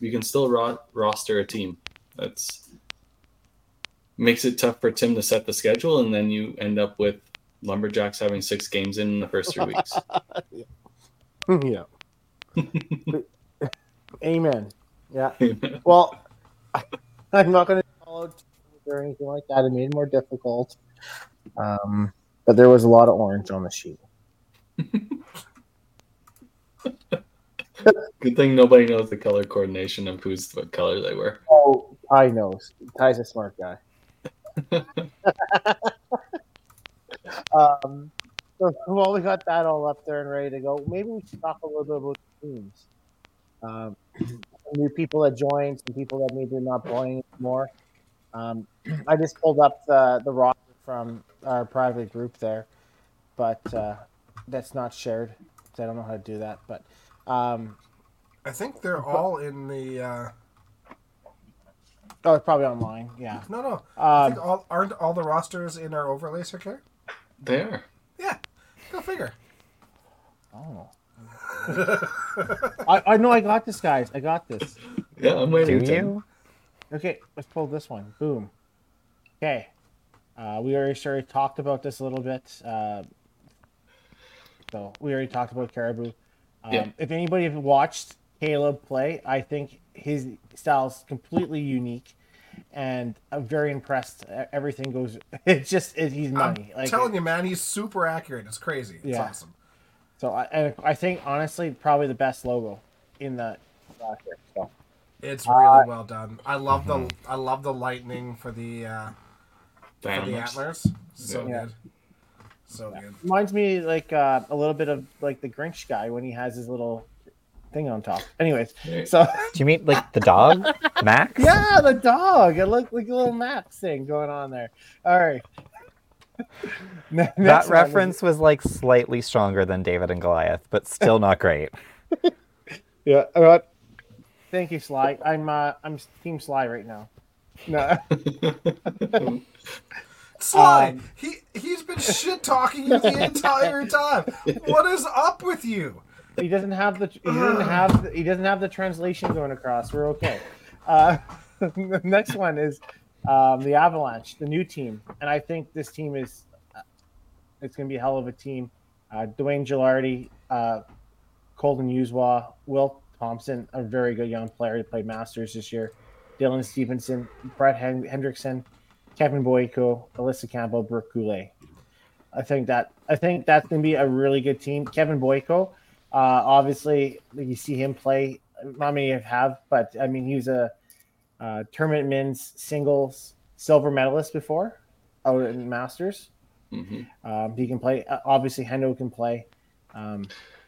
A: you can still ro- roster a team. That's makes it tough for Tim to set the schedule and then you end up with Lumberjacks having six games in the first three weeks.
C: yeah. Amen. Yeah. Well, I, am not going to call out or anything like that. It made it more difficult. Um, but there was a lot of orange on the sheet.
A: Good thing nobody knows the color coordination of who's what color they were.
C: Oh, I know. Ty's a smart guy. um, so while we got that all up there and ready to go, maybe we should talk a little bit about the teams. Um, new people that joined, some people that maybe are not playing anymore. Um, I just pulled up the, the roster from our private group there, but uh, that's not shared. So I don't know how to do that. But um,
B: I think they're all in the uh
C: oh, it's probably online. Yeah.
B: no no. I
C: Um,
B: think all aren't all the rosters in our overlay circular?
A: They are.
B: Yeah. Go figure.
C: Oh. I, I know I got this, guys. I got this.
A: Yeah, I'm waiting.
D: Do
A: Tim.
D: you?
C: Okay, let's pull this one. Boom. Okay. Uh, we already sort of talked about this a little bit. Uh, so we already talked about Caribou. Um,
A: Yeah.
C: If anybody have watched Caleb play, I think his style is completely unique, and I'm very impressed. E- Everything goes. It's just it, he's money.
B: I'm telling you, man, he's super accurate. It's crazy. It's
C: Yeah.
B: awesome.
C: So I, and I think honestly, probably the best logo in the roster. So
B: It's
C: Uh,
B: really well done. I love the
C: mm-hmm.
B: I love the lightning for the uh, for the
A: Dynamos.
B: antlers. So
C: Yeah.
B: good. So good.
C: reminds me like uh, a little bit of like the Grinch guy when he has his little thing on top. Anyways,
A: Right.
C: so
D: Do you mean like the dog, Max?
C: yeah, the dog. It looked like a little Max thing going on there. All right. Ne- next
D: That
C: one.
D: reference was like slightly stronger than David and Goliath, but still not great.
E: Yeah, I got
C: Thank you, Sly. I'm uh, I'm Team Sly right now. No,
B: Sly,
C: Um,
B: he he's been shit talking you the entire time. What is up with you?
C: he doesn't have the he doesn't have the, he doesn't have the translation going across. We're okay. Uh, the next one is um, the Avalanche, the new team, and I think this team is uh, it's going to be a hell of a team. Uh, Dwayne Gilardi, uh, Colton Uzwa, Will Thompson, a very good young player to play Masters this year. Dylan Stevenson, Brett Hen- Hendrickson, Kevin Boyko, Alyssa Campbell, Brooke Goulet. I think that I think that's going to be a really good team. Kevin Boyko, uh, obviously, you see him play. Not many have, but I mean, he's a uh, tournament men's singles silver medalist before out in Masters.
A: Mhm.
C: Um, he can play. uh, Obviously, Hendo can play. Um,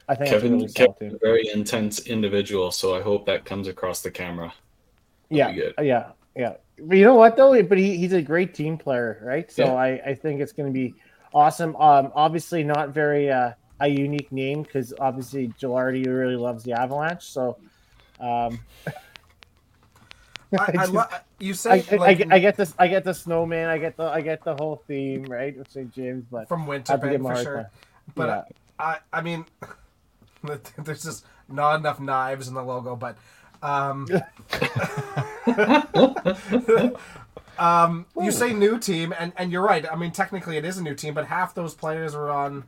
C: I think that's a
A: Kevin,
C: really solid
A: Kevin's a
C: team.
A: very intense individual, so I hope that comes across the camera.
C: Yeah, Uh,
A: good.
C: yeah, yeah. But you know what though? But he, he's a great team player, right? So
A: Yeah.
C: I, I think it's going to be awesome. Um, obviously not very uh, a unique name because obviously Gilardi really loves the Avalanche. So, um,
B: I, I lo- you
C: I,
B: say
C: I,
B: like,
C: I get this. I get the snowman. I get the. I get the whole theme, right? With St. James, but
B: from
C: I have to give
B: Winterfell
C: him a
B: for
C: hard
B: sure.
C: time.
B: But uh,
C: Yeah.
B: I, I mean, there's just not enough knives in the logo, but um, um, you say new team, and, and you're right. I mean, technically it is a new team, but half those players were on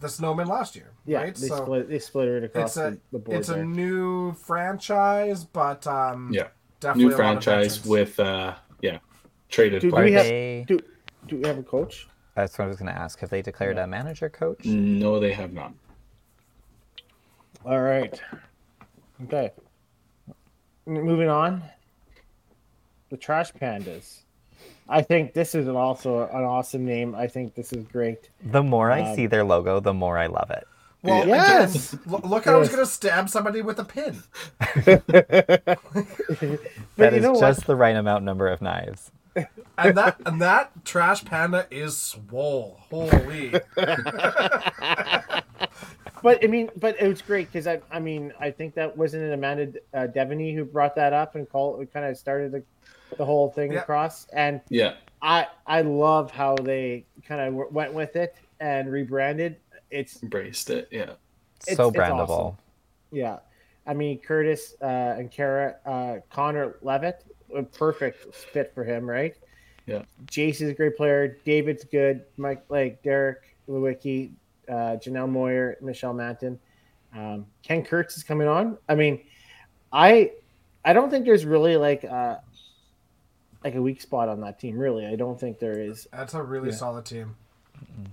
B: the Snowman last year,
C: yeah,
B: right?
C: they split. They split it
B: it's
C: across
B: a
C: the, the board.
B: it's a
C: there.
B: new franchise, but um,
A: Yeah.
B: definitely
A: New
B: a lot of
A: franchise
B: veterans.
A: with, uh, yeah, traded
C: Dude, do
A: players.
C: we have-
D: They,
C: do, do we have a coach?
D: that's what I was going to ask. Have they declared a manager coach?
A: No, they have not.
C: All right. Okay. M- Moving on. The Trash Pandas. I think this is an also an awesome name. I think this is great.
D: The more I
C: Um,
D: see their logo, the more I love it.
B: Well,
C: Yes.
B: again, lo- look, I was
C: Yes.
B: gonna stab somebody with a pin.
C: But
D: That
C: you
D: is
C: know
D: just
C: what?
D: the right amount number of knives.
B: and that and that trash panda is swole. Holy!
C: But I mean, but it was great because I, I mean, I think that wasn't it Amanda uh, Devaney who brought that up and called, kind of started the, the whole thing
B: Yeah.
C: across. And
A: Yeah.
C: I, I love how they kind of w- went with it and rebranded. It's
A: Embraced it. Yeah.
C: It's-
D: so
C: it's
D: brandable.
C: awesome. Yeah, I mean Curtis uh, and Kara uh, Connor Levitt, a perfect fit for him, right?
A: Yeah.
C: Jace is a great player. David's good. Mike, like Derek Lewicki, uh, Janelle Moyer, Michelle Manton, um, Ken Kurtz is coming on. I mean, I I don't think there's really like uh, like a weak spot on that team. Really, I don't think there is.
B: That's a really
C: Yeah.
B: solid team.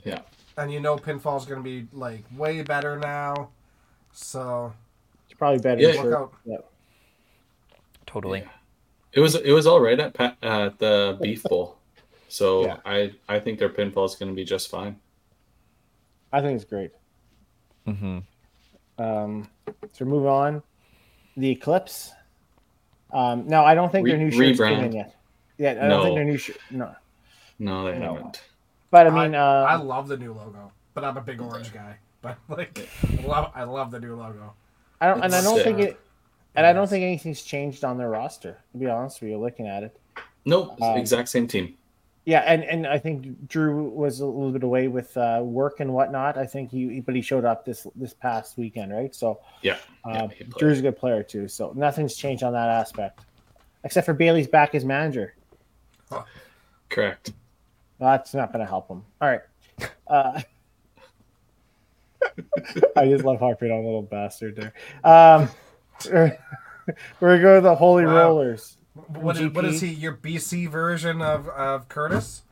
A: Yeah.
B: And you know, pinfall's gonna be like way better now. So
C: It's probably better.
A: Yeah.
C: than
B: look
C: Shirt.
B: out.
C: Yeah.
D: Totally.
A: It was it was all right at pa- uh, the Beef Bowl, so
C: Yeah.
A: I I think their pinfall is going to be just fine.
C: I think it's great.
D: hmm
C: Um, so move on. The Eclipse. Um, no, I don't think
A: Re-
C: their new shirts came
A: rebrand.
C: in yet. Yeah, I don't
A: No.
C: think their new shirt. No,
A: No, they
C: No.
A: haven't.
C: but I mean, uh,
B: I love the new logo, but I'm a big orange guy. But like, I love I love the new logo.
C: I don't, and I
A: it's
C: don't
A: sick.
C: think it, and I don't think anything's changed on their roster. To be honest with you, looking at it.
A: Nope,
C: Um,
A: exact same team.
C: Yeah, and, and I think Drew was a little bit away with uh, work and whatnot. I think he, but he showed up this this past weekend, right? So
A: Yeah,
C: uh,
A: yeah, he played.
C: Drew's a good player too. So nothing's changed on that aspect, except for Bailey's back as manager.
A: correct.
C: That's not going to help him. All right. Uh, I just love harping on little bastard there. Um, we're going to the Holy
B: Wow.
C: Rollers.
B: What is, what
C: GP?
B: is he? Your BC version of of Curtis?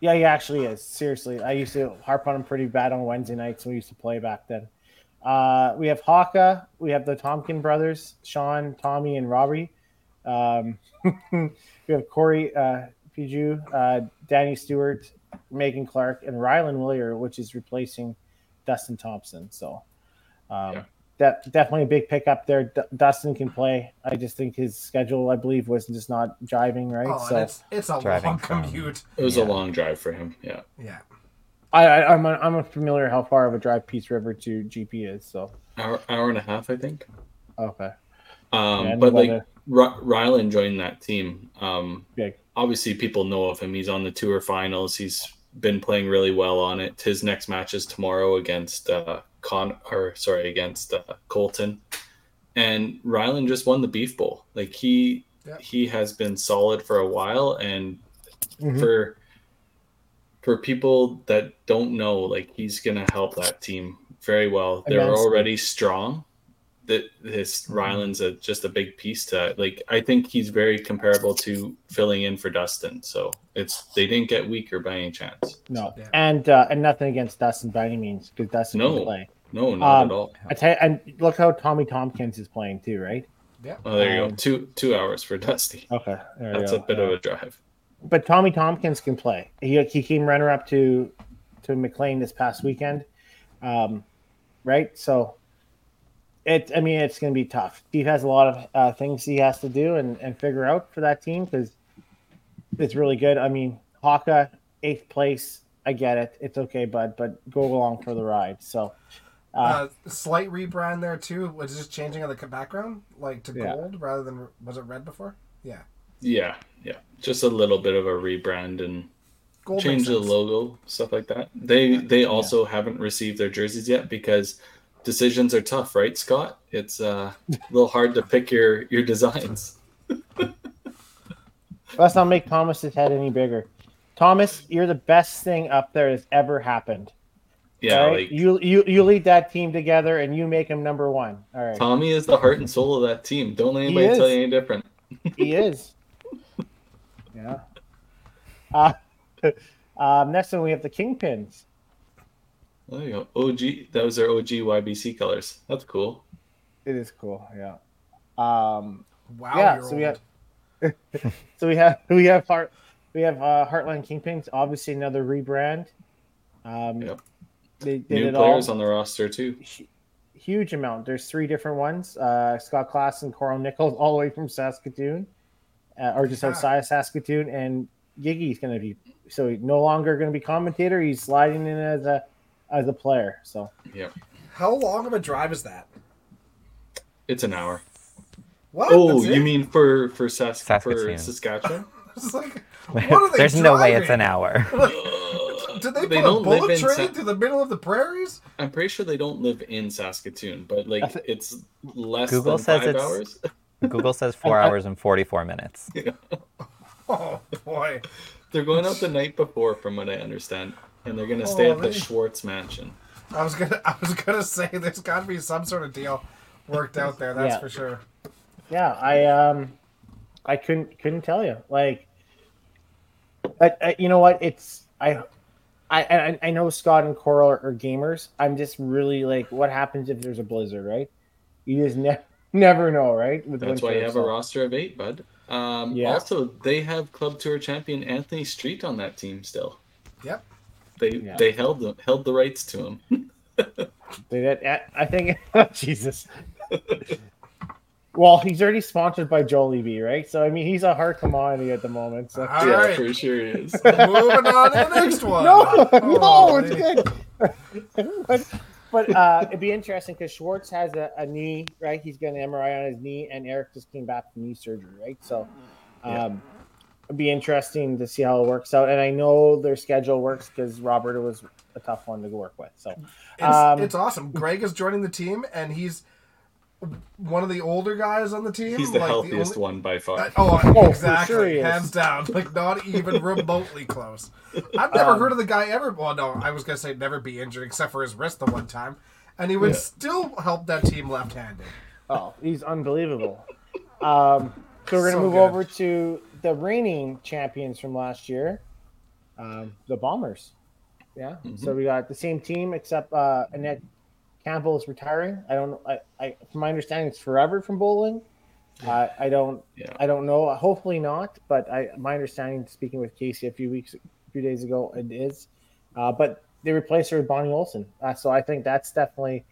C: Yeah, he actually is. Seriously, I used to harp on him pretty bad on Wednesday nights. when We used to play back then. Uh, we have Haka. We have the Tompkin brothers, Sean, Tommy, and Robbie. Um, we have Corey uh, Piju, uh, Danny Stewart, Megan Clark, and Rylan Willier, which is replacing Dustin Thompson. So um,
A: Yeah.
C: that definitely a big pickup there. D- Dustin can play. I just think his schedule, I believe, was just not jiving right.
B: Oh,
C: so
B: and it's it's a
D: Driving
B: long
D: from-
B: commute.
A: It was
D: Yeah.
A: a long drive for him. Yeah.
B: Yeah.
C: I, I I'm un- I'm unfamiliar how far of a drive Peace River to GP is. So
A: Hour, hour and a half, I think.
C: okay,
A: Um,
C: Yeah, I know
A: but
C: about
A: like
C: it.
A: R- Rylan joined that team. Um,
C: big.
A: obviously, people know of him. He's on the tour finals. He's been playing really well on it. His next match is tomorrow against uh, Con or sorry against uh, Colton, and Rylan just won the Beef Bowl. Like he
B: Yep.
A: he has been solid for a while, and
C: Mhm.
A: for for people that don't know, like he's gonna help that team very well. They're
C: Immensely. Mm-hmm.
A: already strong. That this Ryland's a, just a big piece to it. like. I think he's very comparable to filling in for Dustin. So it's they didn't get weaker by any chance.
C: No,
B: Yeah.
C: and uh, and nothing against Dustin by any means because Dustin
A: No.
C: can play.
A: No, not
C: Um,
A: at all.
C: I tell you, and look how Tommy Tompkins is playing too, right?
A: Oh, there you
C: um,
A: go. Two two hours for Dusty.
C: Okay, there we
A: That's
C: go.
A: a bit of a drive.
C: but Tommy Tompkins can play. He he came runner up to to McLean this past weekend, um, right? So it I mean it's going to be tough. Steve has a lot of uh, things he has to do and and figure out for that team because it's really good. I mean Haka eighth place. I get it. It's okay, bud, but go along for the ride. So uh,
B: Uh, slight rebrand there too. Was it just changing on the c- background, like to
C: Yeah.
B: gold rather than was it red before? Yeah,
A: Yeah, yeah. Just a little bit of a rebrand and
B: gold.
A: change
B: makes
A: the
B: sense.
A: logo, stuff like that. They they also haven't received their jerseys yet because decisions are tough, right, Scott? It's uh, a little hard to pick your your designs.
C: Let's not make Thomas's head any bigger. Thomas, you're the best thing up there that's ever happened.
A: Yeah,
C: All right?
A: like
C: you you you lead that team together and you make him number one. All right,
A: Tommy is the heart and soul of that team. Don't let
C: He
A: anybody tell
C: is.
A: you any different.
C: he is. Yeah. Uh, um, next one we have the kingpins.
A: There you go. OG. That was their OG YBC colors. That's cool.
C: It is cool. Yeah. Um,
B: Wow,
C: yeah.
B: you're
C: So
B: old.
C: we have. so we have we have heart we have uh, Heartland Kingpins. Obviously another rebrand. Um,
A: Yep.
C: They did
A: New
C: it
A: players
C: all.
A: on the roster too.
C: hu- huge amount. There's three different ones: uh, Scott Class and Coral Nichols, all the way from Saskatoon, uh, or just
B: Yeah.
C: outside of Saskatoon. And Giggy's going to be so he's no longer going to be commentator. He's sliding in as a as a player. So
B: How long of a drive is that?
A: It's an hour.
B: What?
A: Oh,
B: That's it?
A: you mean for for, Sask- for
D: Saskatoon.
A: Saskatchewan?
B: It's like, what are they
D: There's no way it's an
B: driving?
D: hour.
B: Did they,
A: They
B: put a
A: don't live
B: bullet
A: in
B: train
A: Sa-
B: through the middle of the prairies?
A: I'm pretty sure they don't live in Saskatoon, but like
C: I thi-
A: it's less
D: Google
A: than
D: says
A: five
D: it's-
A: hours.
D: Google says four hours and 44 minutes.
B: Oh boy,
A: They're going out the night before, from what I understand, and they're
C: Oh,
A: gonna stay at the
B: Holy.
A: Schwartz Mansion.
B: I was gonna, I was gonna say there's got to be some sort of deal worked out there. That's
C: Yeah.
B: for sure.
C: yeah, I um, I couldn't couldn't tell you. Like, I, I, you know what? It's I. I, I, I know Scott and Coral are, are gamers. I'm just really like, what happens if there's a blizzard, right? You just ne- never know, right? With
A: That's
C: winter,
A: why you have a
C: so-
A: roster of eight, bud. Um,
C: Yeah.
A: Also, they have Club Tour champion Anthony Street on that team still.
B: Yep.
A: They
C: Yeah.
A: they held them, held the rights to him.
C: They did. I I think oh, Jesus. well, he's already sponsored by Jollibee, right? So I mean, he's a hard commodity at the moment. So
B: All
A: yeah,
B: right,
A: for sure he is.
B: moving on to the next one.
C: no, no,
B: Oh,
C: it's good. but but uh, it'd be interesting because Schwartz has a, a knee, right? He's got an MRI on his knee, and Eric just came back from knee surgery, right? So, um,
A: Yeah.
C: it'd be interesting to see how it works out. And I know their schedule works because Robert was a tough one to work with. So
B: It's,
C: Um,
B: it's awesome. Greg is joining the team, and he's one of the older guys on the team.
A: He's the
B: like,
A: healthiest
B: only-
A: one by far.
B: Uh, Oh,
C: for
B: exactly.
C: sure he is.
B: Hands down. Like, not even remotely close. I've never
C: Um,
B: heard of the guy ever. Well, no, I was going to say never be injured except for his wrist the one time. And he would
A: Yeah.
B: still help that team left handed.
C: Oh, he's unbelievable. Um, so we're gonna
B: So
C: move
B: good.
C: over to the reigning champions from last year, um, the Bombers. Yeah. So we got the same team except uh, Annette Campbell is retiring. I don't. I, I from my understanding, it's forever from bowling. Uh, I don't.
A: Yeah.
C: I don't know. Hopefully not. But I, my understanding, speaking with Casey a few weeks, a few days ago, it is. Uh, but they replaced her with Bonnie Olsen. Uh, so I think that's definitely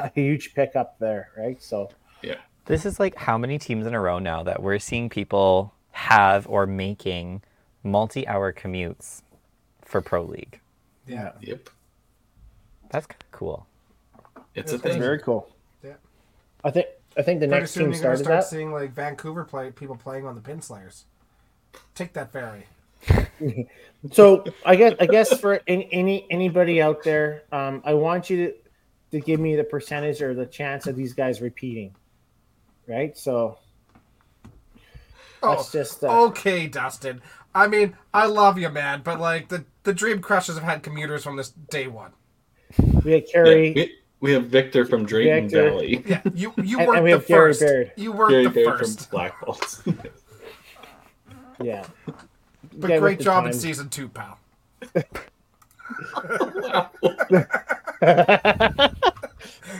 C: a huge pickup there, right? So
A: Yeah.
D: This is like how many teams in a row now that we're seeing people have or making multi hour commutes for Pro League.
B: Yeah.
A: Yep.
D: That's kind of cool.
A: It's a
B: That's
A: thing.
C: very cool.
B: Yeah.
C: I think. I think the
B: Pretty
C: next
B: soon
C: team
B: you're gonna
C: started
B: start
C: that.
B: seeing like Vancouver play people playing on the pin slayers. Take that ferry.
C: so I guess I guess for any, any anybody out there, um, I want you to, to give me the percentage or the chance of these guys repeating, right? So
B: Oh,
C: that's just uh,
B: okay, Dustin. I mean, I love you, man, but like the the Dream Crushers have had commuters from this day one.
C: we had
A: Yeah,
C: Carey,
A: we, we have Victor from Drayton
C: Victor.
A: Valley.
B: Yeah, you you
C: And-
B: weren't
C: and we
B: the
C: have Gary
B: first.
C: Baird.
B: You weren't
A: Gary
B: the
A: Baird from
B: first.
A: Black Balls.
C: yeah.
B: But
C: Yeah, with
B: great
C: the
B: job in
C: time.
B: season two, pal.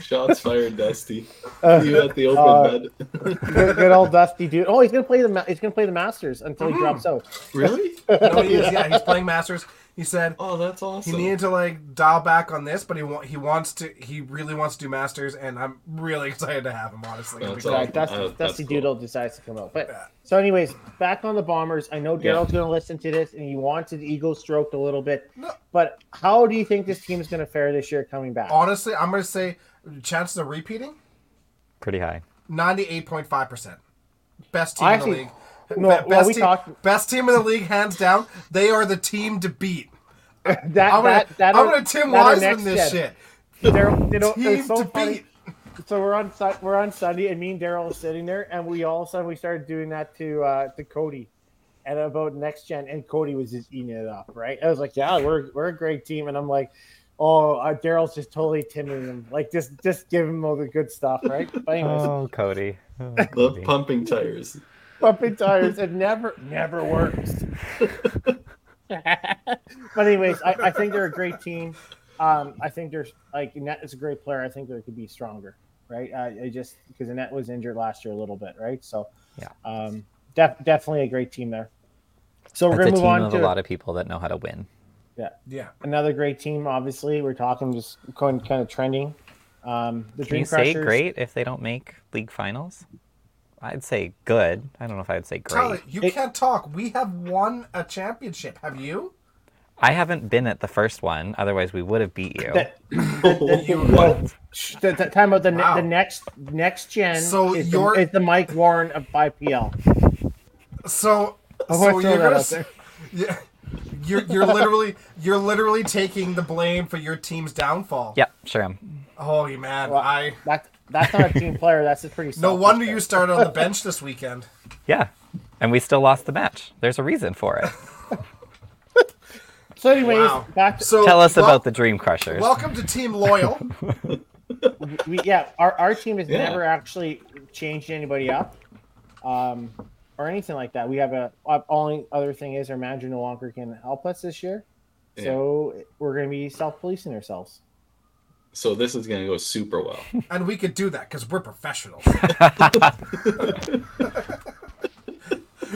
A: Shots fired, Dusty.
C: Uh,
A: You at the open
C: uh,
A: bed.
C: good, good old Dusty dude. Oh, he's gonna play the Ma- he's gonna play the Masters until
B: Mm-hmm.
C: he drops out.
A: really?
B: No, he is. Yeah, he's playing Masters. He said
A: Oh, that's
B: he
A: awesome.
B: needed to like dial back on this, but he wa- he wants to. He really wants to do Masters, and I'm really excited to have him. Honestly,
A: That's
B: Because-
C: Yeah,
A: awesome.
C: Dusty,
A: Uh,
C: Dusty
A: that's cool.
C: Doodle decides to come out.
B: Yeah.
C: But so, anyways, back on the Bombers. I know
A: Yeah.
C: Daryl's going to listen to this, and he wanted the ego stroked a little bit.
B: No.
C: But how do you think this team's going to fare this year coming back?
B: honestly, I'm gonna say chances of repeating
D: Pretty high.
B: ninety eight point five percent. Best team
C: I
B: in the
C: actually-
B: league.
C: no,
B: Be-
C: well,
B: best,
C: we
B: team,
C: talked-
B: best team in the league, hands down. They are the team to beat.
C: that, that,
B: I'm gonna,
C: that, that
B: I'm
C: are-
B: gonna Tim
C: that are
B: Wiseman
C: next
B: this
C: gen.
B: shit.
C: Daryl, you know,
B: Team
C: it's so
B: to
C: funny.
B: beat.
C: So we're on Sun- we're on Sunday, and me and Daryl are sitting there, and we all of a sudden we started doing that to uh, to Cody, and about next gen, and Cody was just eating it up, right? I was like, yeah, we're we're a great team, and I'm like, oh, uh, Daryl's just totally timid him, like just just give him all the good stuff, right? But anyways,
D: Oh, Cody. Oh,
A: Love
D: Cody.
A: pumping tires.
C: pumping tires, it never never works. but anyways, I, I think they're a great team. Um, I think there's like Annette is a great player. I think they could be stronger, right? Uh, I just because Annette was injured last year a little bit, right? So
D: Yeah.
C: um, def- definitely a great team there. So we're
D: That's a
C: gonna move
D: team
C: on
D: of
C: to
D: a lot of people that know how to win.
B: Yeah.
C: another great team. Obviously, we're talking just going kind of trending. Um, the
D: Can
C: Dream
D: you say
C: Crushers-
D: great if they don't make league finals? I'd say good. I don't know if I would say great.
B: Tyler, you
C: It-
B: can't talk. We have won a championship. Have you?
D: I haven't been at the first one, otherwise we would have beat you.
C: That-
A: what?
C: The, the time of the, ne-
B: Wow.
C: the next next gen
B: So
C: is, the,
B: you're-
C: is the Mike Warren of 5PL.
B: So,
C: Oh, I
B: so
C: wanna
B: you're
C: throw that
B: gonna,
C: out
B: s-
C: there.
B: yeah, you're you're literally you're literally taking the blame for your team's downfall.
D: yeah, sure am.
B: Oh, you man,
C: Well,
B: I.
C: That that's not a team player. That's a pretty.
B: No
C: selfish
B: wonder
C: guy.
B: you started on the bench this weekend.
D: Yeah. And we still lost the match. There's a reason for it.
C: So, anyways,
B: Wow.
C: back to
B: So
D: Tell us
B: wel-
D: about the Dream Crushers.
B: Welcome to Team Loyal.
C: we, yeah, our our team has
A: Yeah.
C: never actually changed anybody up, um, or anything like that. We have a our only other thing is our manager no longer can help us this year, so we're going to be self policing ourselves.
A: So this is going to go super well.
B: and we could do that because we're professionals.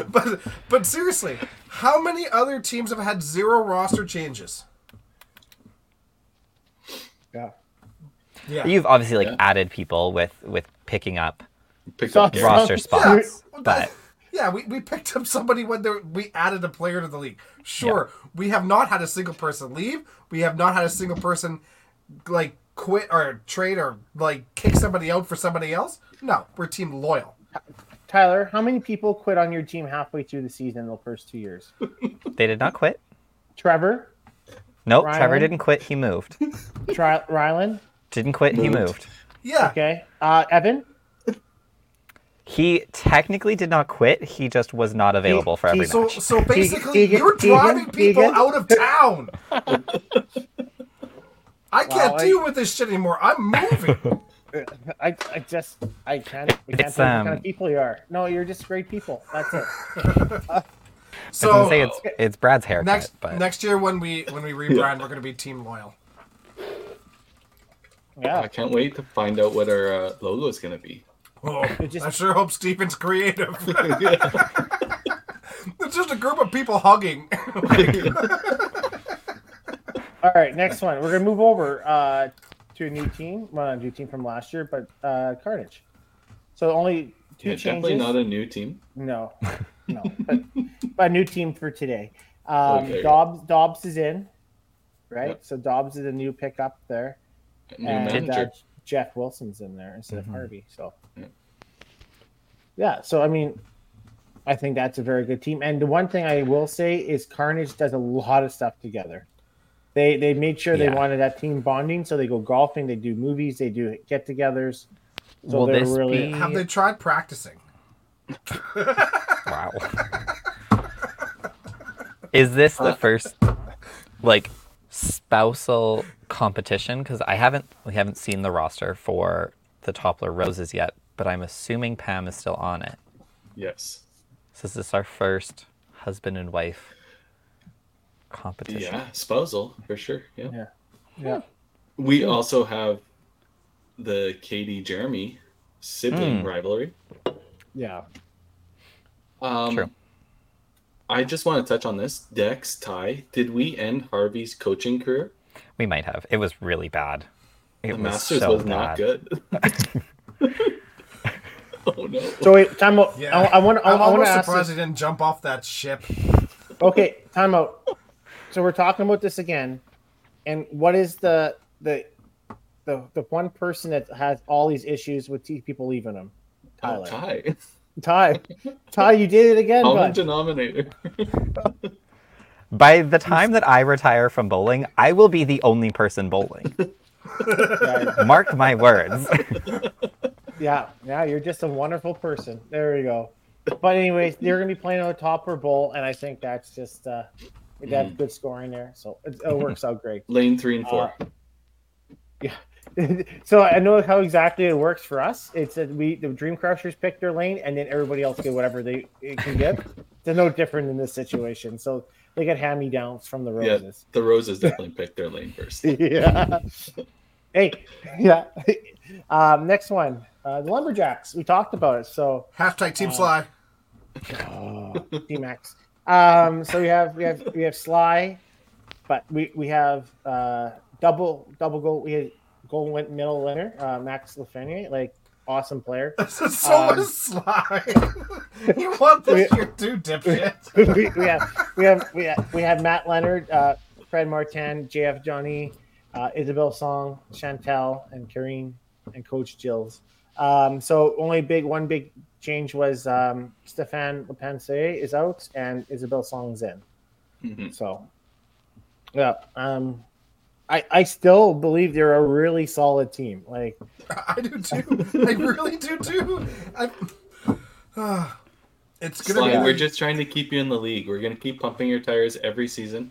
B: but but seriously, how many other teams have had zero roster changes?
C: Yeah.
B: Yeah.
D: You've obviously like
A: Yeah.
D: added people with with picking up
A: Pick
C: So-
A: up Gary.
D: roster spots.
B: Well,
D: But
B: that- yeah, we, we picked up somebody when there, we added a player to the league. Sure, we have not had a single person leave. We have not had a single person like quit or trade or like kick somebody out for somebody else. No, we're team loyal.
C: Tyler, how many people quit on your team halfway through the season in the first two years?
D: they did not quit.
C: Trevor,
D: Nope, Trevor
C: Ryan?
D: didn't quit, he moved.
C: Tri- Rylan,
D: Didn't quit, he
A: Moved.
D: moved.
B: Yeah,
C: okay, uh, Evan.
D: He technically did not quit, he just was not available for
C: he-
D: every
B: so
D: match.
B: so basically,
C: Keegan-
B: you're
C: Keegan-
B: driving people
C: Keegan?
B: out of town. I can't
C: Wow, I-
B: deal with this shit anymore. I'm moving.
C: I, I just I can't. I can't
D: It's,
C: tell you what
D: um,
C: kind of people you are. No, you're just great people. That's it.
D: I was gonna
B: So
D: say it's it's Brad's haircut,
B: next
D: but
B: next year when we when we rebrand, we're gonna be Team Loyal.
A: I
C: Yeah.
A: can't wait to find out what our uh, logo is going to be.
B: Oh,
C: just-
B: I sure hope Steven's creative. it's just a group of people hugging.
C: All right, next one. We're gonna move over uh, to a new team. Well, not a new team from last year, but uh, Carnage. So only two
A: Yeah,
C: changes.
A: definitely not a new team.
C: No, no. But, but a new team for today. Um,
A: Okay.
C: Dobbs Dobbs is in, right?
A: Yep.
C: So Dobbs is a new pickup there,
A: New
C: and uh,
A: manager. Mm-hmm.
C: Jeff Wilson's in there instead
D: Mhm.
C: of Harvey. So,
A: Yeah.
C: yeah. So I mean, I think that's a very good team. And the one thing I will say is Carnage does a lot of stuff together. They they made sure they
D: Yeah.
C: wanted that team bonding, so they go golfing, they do movies, they do get-togethers. So
D: will
C: they're
D: this
C: really
D: be
B: Have they tried practicing?
D: wow? Is this
A: Uh.
D: the first like spousal competition? Because I haven't we haven't seen the roster for the Toppler Roses yet, but I'm assuming Pam is still on it.
A: Yes.
D: So is this our first husband and wife competition?
A: Yeah, spousal for sure. Yeah.
C: Yeah. Yeah.
A: We also have the Katie Jeremy sibling
D: Hmm.
A: rivalry.
C: Yeah.
A: Um,
D: True.
A: I just want to touch on this. Dex, Ty, did we end Harvey's coaching career?
D: We might have. It was really bad. It
A: The
D: was
A: Masters
D: so
A: was not
D: bad.
A: good. oh no.
C: So wait, time out.
B: Yeah.
C: I, want to. I
B: I'm
C: want to
B: almost
C: ask.
B: surprised
C: this-
B: he didn't jump off that ship.
C: Okay, time out. So we're talking about this again, and what is the the the, the one person that has all these issues with te- people leaving them?
A: Oh,
C: Tyler.
A: Ty.
C: Ty. Ty, you did it again,
A: Common
C: bud.
A: denominator.
D: By the time that I retire from bowling, I will be the only person bowling.
C: Yeah,
D: Mark my words.
C: yeah, yeah, you're just a wonderful person. There we go. But anyways, they're gonna be playing on a topper bowl, and I think that's just uh, they have good scoring there, so it, it works out great.
A: Lane three and four.
C: Ah, so I know how exactly it works for us. It's that we the Dream Crushers pick their lane, and then everybody else get whatever they it can get. They're no different in this situation. So they get hand me downs from the
A: Yeah.
C: roses.
A: the Roses definitely picked their lane first.
C: Yeah. hey, yeah. Um, next one, uh, the Lumberjacks. We talked about it. So
B: Hashtag Team
D: Oh.
C: Uh,
B: Sly.
C: D Max. Um, so we have we have we have Sly, but we we have uh, double double goal. We had goal went middle winner uh, Max Lafreniere, like awesome player.
B: This is so
D: Uh,
C: Um,
B: much Sly. you want this year too, dipshit.
C: we, we have we have we have, we have Matt Leonard, uh, Fred Martin, JF Johnny, uh, Isabel Song, Chantel, and Kareem, and Coach Jills. Um, so only big one big change was um, Stefan Lepense is out and Isabel Song's in.
A: Mhm.
C: So, yeah, um, I I still believe they're a really solid team. Like,
B: I do too. I really do too. I, Ah, it's gonna
A: Sly,
B: be.
A: we're just trying to keep you in the league. We're gonna keep pumping your tires every season.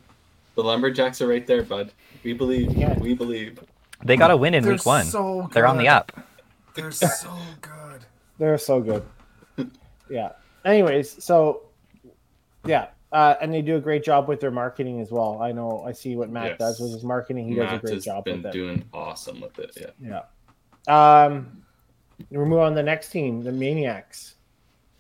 A: The Lumberjacks are right there, bud. We believe.
C: Yeah.
A: We believe.
D: They got a win in
B: They're
D: week one.
B: so
D: They're on
B: good.
D: the up.
B: They're so good.
C: They're so good. yeah. Anyways, so yeah, uh, and they do a great job with their marketing as well. I know I see what Matt
A: Yes.
C: does with his marketing. He does a
A: Matt
C: great
A: has
C: job
A: been
C: with it.
A: doing awesome with it. Yeah.
C: yeah. Um, we're moving on to the next team, the Maniacs,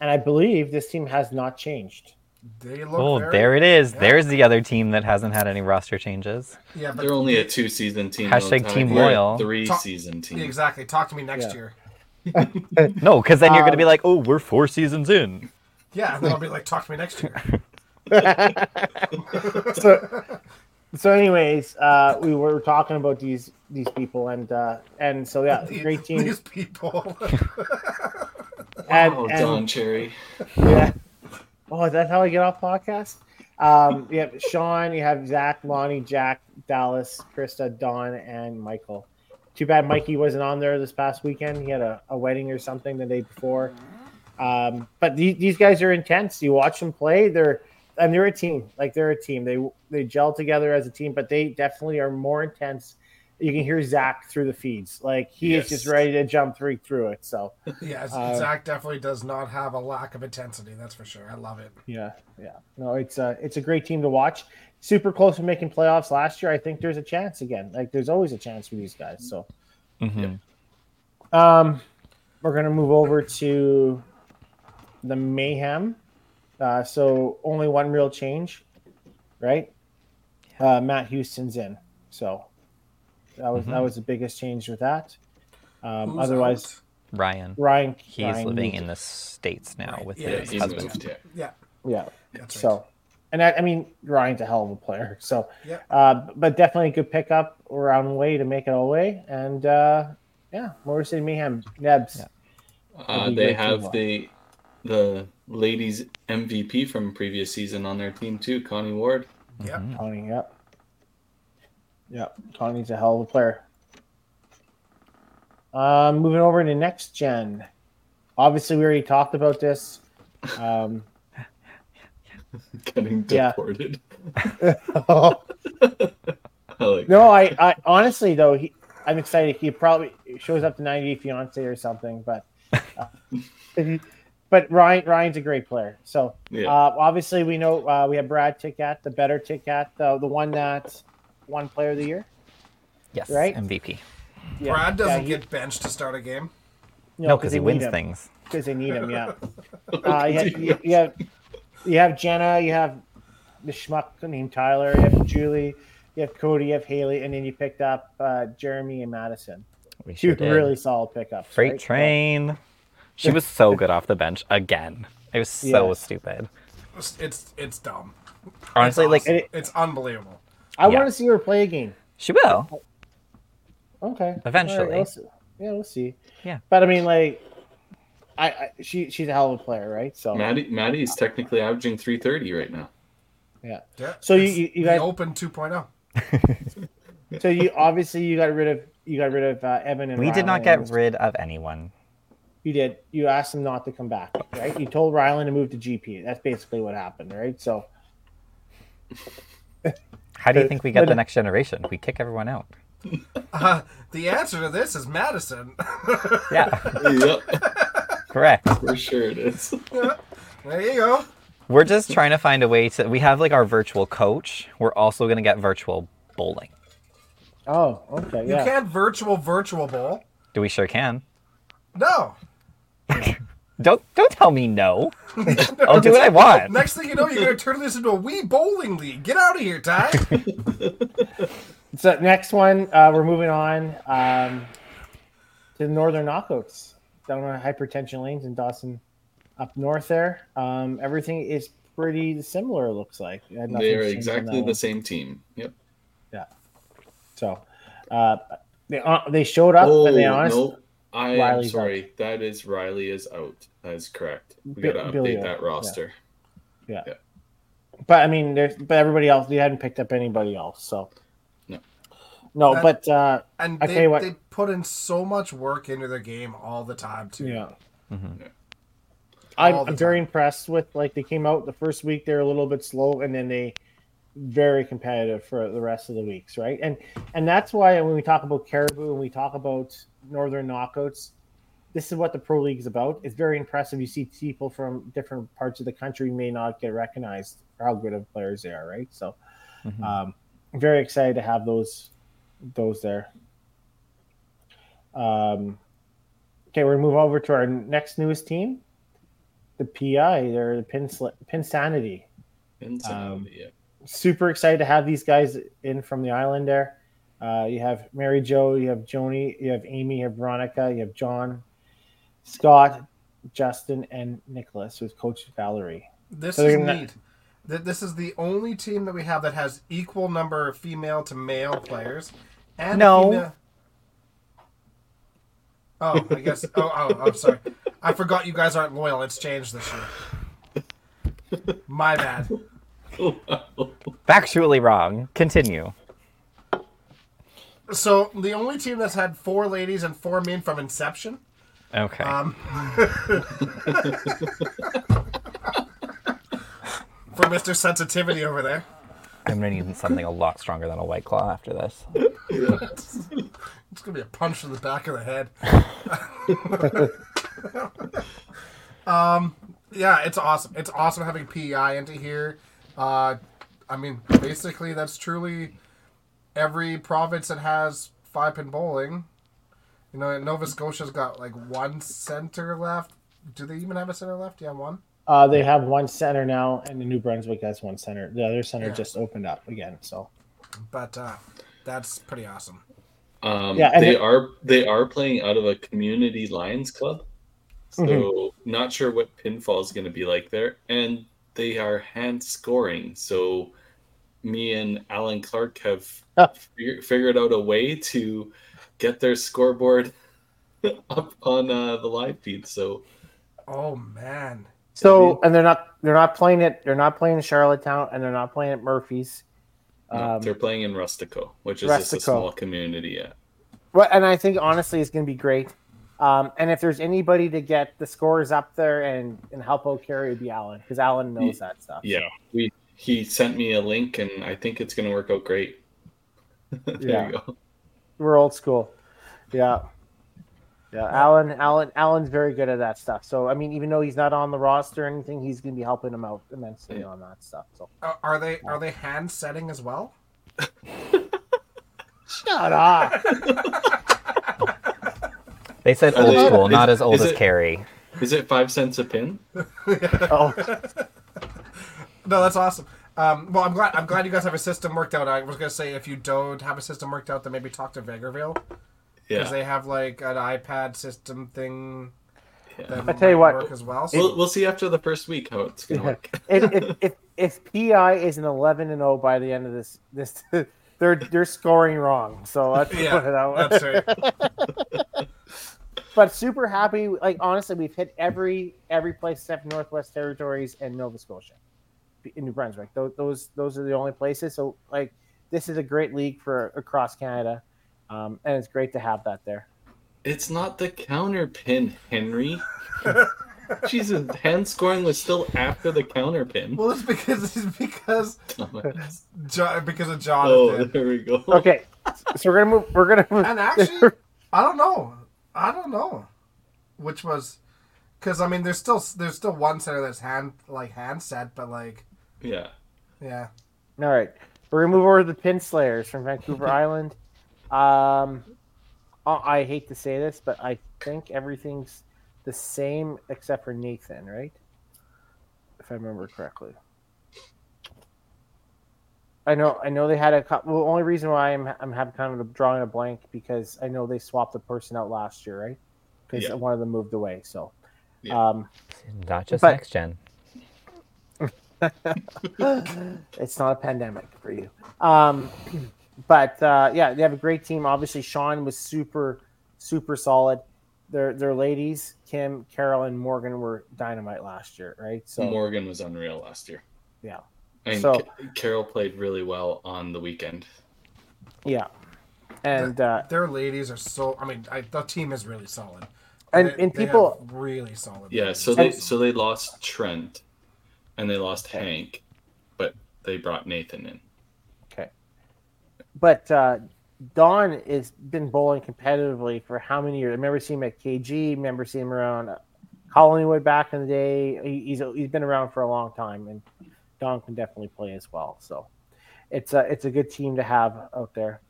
C: and I believe this team has not changed.
B: They look.
D: Oh,
B: very,
D: there it is.
B: yeah.
D: There's the other team that hasn't had any roster changes.
B: Yeah, but
A: They're only a two-season team. though,
D: Hashtag
A: Ty.
D: Team
A: We're a
D: Loyal.
A: Three-season team.
B: exactly. Talk to me next
C: Yeah.
B: year.
D: No, because then you're going to
C: Um,
D: be like, oh, we're four seasons in.
B: Yeah, and then I'll be like, talk to me next year.
C: so, so anyways, uh, we were talking about these these people, and uh, and so yeah,
B: These-
C: great team.
B: These people.
C: and,
A: oh,
C: and-
A: Don Cherry.
C: Yeah. Oh, is that how I get off podcast? Um, you have Sean, you have Zach, Lonnie, Jack, Dallas, Krista, Don, and Michael. Too bad Mikey wasn't on there this past weekend. He had a, a wedding or something the day before. Um, but the, these guys are intense. You watch them play. They're and they're a team. Like they're a team. They they gel together as a team, but they definitely are more intense You can hear Zach through the feeds. Like he
A: Yes.
C: is just ready to jump three through it. So
B: Yeah,
C: Uh,
B: Zach definitely does not have a lack of intensity. That's for sure. I love it.
C: yeah, yeah. No, it's a it's a great team to watch. Super close to making playoffs last year. I think there's a chance again. Like there's always a chance with these guys. So
D: Mhm.
C: Um, we're gonna move over to the mayhem. Uh, so only one real change, right? Uh, Matt Houston's in, so that was that
D: Mhm.
C: was the biggest change with that. Um,
B: Who's
C: otherwise,
B: out?
D: Ryan.
C: Ryan
D: He's
C: Ryan
D: living
C: moved-
D: in the states now
B: Right,
D: with
B: yeah,
A: Yeah,
D: his
A: he's
D: husband.
A: moved. Yeah.
B: yeah,
C: yeah.
B: that's right.
C: So, and I, I mean Ryan's a hell of a player. So,
B: Yeah.
C: uh, but definitely a good pickup around way to make it all way. And uh, yeah, Motor City Mayhem Nebs.
D: Yeah.
A: Uh,
C: That'd be
A: they
C: great to
A: have
C: watch.
A: the the ladies MVP from previous season on their team too, Connie Ward.
B: Yep.
D: Mhm.
C: Tony, yep. Yep, Tony's a hell of a player. Um, moving over to next gen. Obviously, we already talked about this. Um,
A: Getting
C: Yeah.
A: deported.
C: no,
A: I like
C: I, I honestly though he, I'm excited. He probably shows up to 90 Fiance or something, but uh, but Ryan Ryan's a great player. So
A: yeah.
C: Uh, obviously, we know uh, we have Brad Tickat, the better Tickat, the, the one that won Player of the Year.
D: Yes,
C: Right?
D: MVP.
C: Yeah.
B: Brad
C: Yeah,
B: doesn't
C: he-
B: get benched to start a game.
D: No, because he
C: they need
D: wins
C: him.
D: things.
C: because they need him. Yeah. Uh, you, have, you, you have you have Jenna, you have the schmuck named Tyler, you have Julie, you have Cody, you have Haley, and then you picked up uh, Jeremy and Madison.
D: We
C: Two
D: sure did.
C: really solid pickups.
D: Freight
C: right?
D: train. She was so good off the bench again. It was so
C: Yes.
D: stupid.
B: It's it's, it's dumb.
D: Honestly, like
B: Awesome.
C: it-
B: it's unbelievable.
C: I
D: Yeah.
C: want to see her play a game.
D: she will.
C: Okay. All right,
D: Eventually.
C: we'll see. yeah, we'll see.
D: Yeah.
C: But I mean, like, I, I she she's a hell of a player, right? So
A: Maddie Maddie is technically averaging three thirty right now.
C: yeah.
B: Yeah,
C: So you-
B: it's
C: you- you
B: the
C: guys-
B: open oh. 2.0.
C: So you obviously you got rid of you got rid of uh, Evan and
D: We did not
C: Ryland.
D: get rid of anyone.
C: You did. You asked him not to come back, right? You told Ryland to move to GP. That's basically what happened, right? So
D: How do you think we get
C: But-
D: the next generation? We kick everyone out.
B: Uh, the answer to this is Madison.
D: Yeah,
A: yep,
D: correct.
A: for sure it is.
B: there you go.
D: We're just trying to find a way to. We have like our virtual coach. We're also going to get virtual bowling.
C: Oh, okay,
B: You
C: yeah.
B: can't virtual virtual bowl.
D: Do we sure can?
B: No.
D: Don't don't tell me no. I'll do what I want.
B: Next thing you know, you're gonna turn this into a wee bowling league. Get out of here, Ty.
C: So next one, uh, we're moving on um, to the Northern Knockouts down on Hypertension Lanes in Dawson, up north there. Um, everything is pretty similar. It looks like Uh, nothing's
A: They are
C: changed on that
A: exactly
C: one.
A: the same team. Yep.
C: So uh, they uh, they showed up
A: Oh
C: and they honestly
A: no, I am
C: Riley's
A: sorry. That is Riley is out. That is correct. We
C: Bi-
A: gotta update
C: Billy out,
A: that
C: yeah.
A: roster.
C: but I mean, there's but everybody else they hadn't picked up anybody else. So
A: No.
C: no,
B: That-
C: but uh,
B: And
C: I
B: they,
C: tell you what-
B: they put in so much work into their game all the time too.
C: yeah.
D: Mhm.
C: I'm,
B: All the
C: I'm very
B: time.
C: impressed with like they came out the first week they're a little bit slow and then they very competitive for the rest of the weeks right and and that's why when we talk about caribou and we talk about northern knockouts this is what the pro league is about it's very impressive you see people from different parts of the country may not get recognized for how good of players they are right so
B: Hmm.
D: Mhm.
C: um, I'm very excited to have those those there. Um, okay, we're gonna move over to our next newest team, the PI. They're the Pin Pinsanity.
A: Insanity,
C: Um,
A: yeah.
C: Super excited to have these guys in from the island. There, uh, you have Mary Jo, you have Joni, you have Amy, you have Veronica, you have John, Scott, Justin, and Nicholas, who's Coach Valerie.
B: This
C: So
B: is
C: they're
B: neat.
C: gonna-
B: Th- This is the only team that we have that has equal number of female to male players. And
D: No.
B: female- Oh, I guess. Oh, oh, I'm sorry. I forgot you guys aren't loyal. It's changed this year. My bad.
A: Oh,
D: Factually wrong. Continue.
B: So the only team that's had four ladies and four men from inception.
D: Okay.
B: Um, for Mr. Sensitivity over there.
D: I'm gonna need something a lot stronger than a white claw after this.
B: It's gonna be a punch to the back of the head. um, yeah, it's awesome. It's awesome having E PEI into here. Uh, I mean, basically, that's truly every province that has five pin bowling. You know, and Nova Scotia's got like one center left. Do they even have a center left? Yeah, one.
C: Uh, they have one center now, and the New Brunswick has one center. The other center
B: Yeah.
C: just opened up again. So
B: But uh, that's pretty awesome.
A: Um,
C: Yeah, and
A: they
C: it-
A: are they are playing out of a community Lions club, so
C: Mm-hmm.
A: not sure what pinfall is going to be like there. And they are hand scoring, so me and Alan Clark have
C: Oh.
A: fig- figured out a way to get their scoreboard up on uh, the live feed. So
B: Oh man,
C: So and they're not they're not playing it they're not playing Charlottetown and they're not playing at Murphy's.
A: no,
C: Um,
A: they're playing in Rustico, which is just a
C: Rustico.
A: small community. Yeah.
C: Well, and I think honestly, it's going to be great. Um, and if there's anybody to get the scores up there and, and help out Carrie, it'd be Alan because Alan knows that stuff.
A: Yeah, we he sent me a link, and I think it's going to work out great. there
C: Yeah.
A: you go.
C: We're old school. Yeah. Yeah, Alan, Alan, Alan's very good at that stuff. So I mean, even though he's not on the roster or anything, he's going to be helping him out immensely
A: Yeah.
C: on that stuff. So
B: are, Uh, are they are they hand setting as well?
C: shut up.
D: They said
A: Are
D: old
A: they-
D: school,
A: is-
D: not as old
A: is
D: as
A: it-
D: Carrie.
A: Is it five cents a pin?
C: oh,
B: No, that's awesome. Um, well, I'm glad I'm glad you guys have a system worked out. I was gonna say if you don't have a system worked out, then maybe talk to Vegerville because
A: Yeah.
B: they have like an iPad system thing.
A: Yeah.
B: That
C: I tell you
B: might
C: what,
B: work as well. So,
A: We'll, we'll see after the first week how it's going to work.
C: if, if, if, if PI is an 11 and 0 by the end of this, this they're they're scoring wrong. So let's
B: Yeah,
C: put it out.
B: that's right.
C: but super happy. Like honestly, we've hit every every place except Northwest Territories and Nova Scotia, in New Brunswick. Those those, those are the only places. So like this is a great league for across Canada, um, and it's great to have that there.
A: It's not the counter pin, Henry. Jesus, hand scoring was still after the counter pin.
B: Well, it's because it's because
A: Dumbass.
B: jo- because of
A: Oh,
B: Jonathan.
A: there we go.
C: Okay, so we're gonna move. We're gonna
A: Oh.
C: move.
B: And actually, I don't know. I don't know, which was because I mean, there's still there's still one center that's hand like hand set, but like
A: Yeah.
B: yeah,
C: All right, we're gonna move over to the Pin Slayers from Vancouver Island. Um, I I hate to say this, but I think everything's the same except for Nathan, right? If I remember correctly. I know, I know they had a couple. Well, only reason why I'm I'm having kind of drawing a blank because I know they swapped the person out last year, right? Because
A: Yeah.
C: one of them moved away. So,
A: Yeah.
C: um,
D: Not just
C: But-
D: next gen.
C: it's not a pandemic for you. Um, but uh, yeah, they have a great team. Obviously, Sean was super, super solid. Their their ladies, Kim, Carol, and Morgan were dynamite last year, right? So
A: Morgan was unreal last year.
C: yeah,
A: And
C: So-
A: Ca- Carol played really well on the weekend.
C: yeah, and uh,
B: their ladies are so. I mean, I, the team is really solid.
C: and
B: They-
C: and
B: they
C: people,
B: have really solid.
A: Yeah,
B: ladies.
A: so they so they lost Trent and they lost Hank, but they brought Nathan in.
C: okay, but uh, Don has been bowling competitively for how many years? I remember seeing him at KG. Remember seeing him around uh, Collingwood back in the day. He, he's he's been around for a long time, and Don can definitely play as well. So it's a it's a good team to have out there.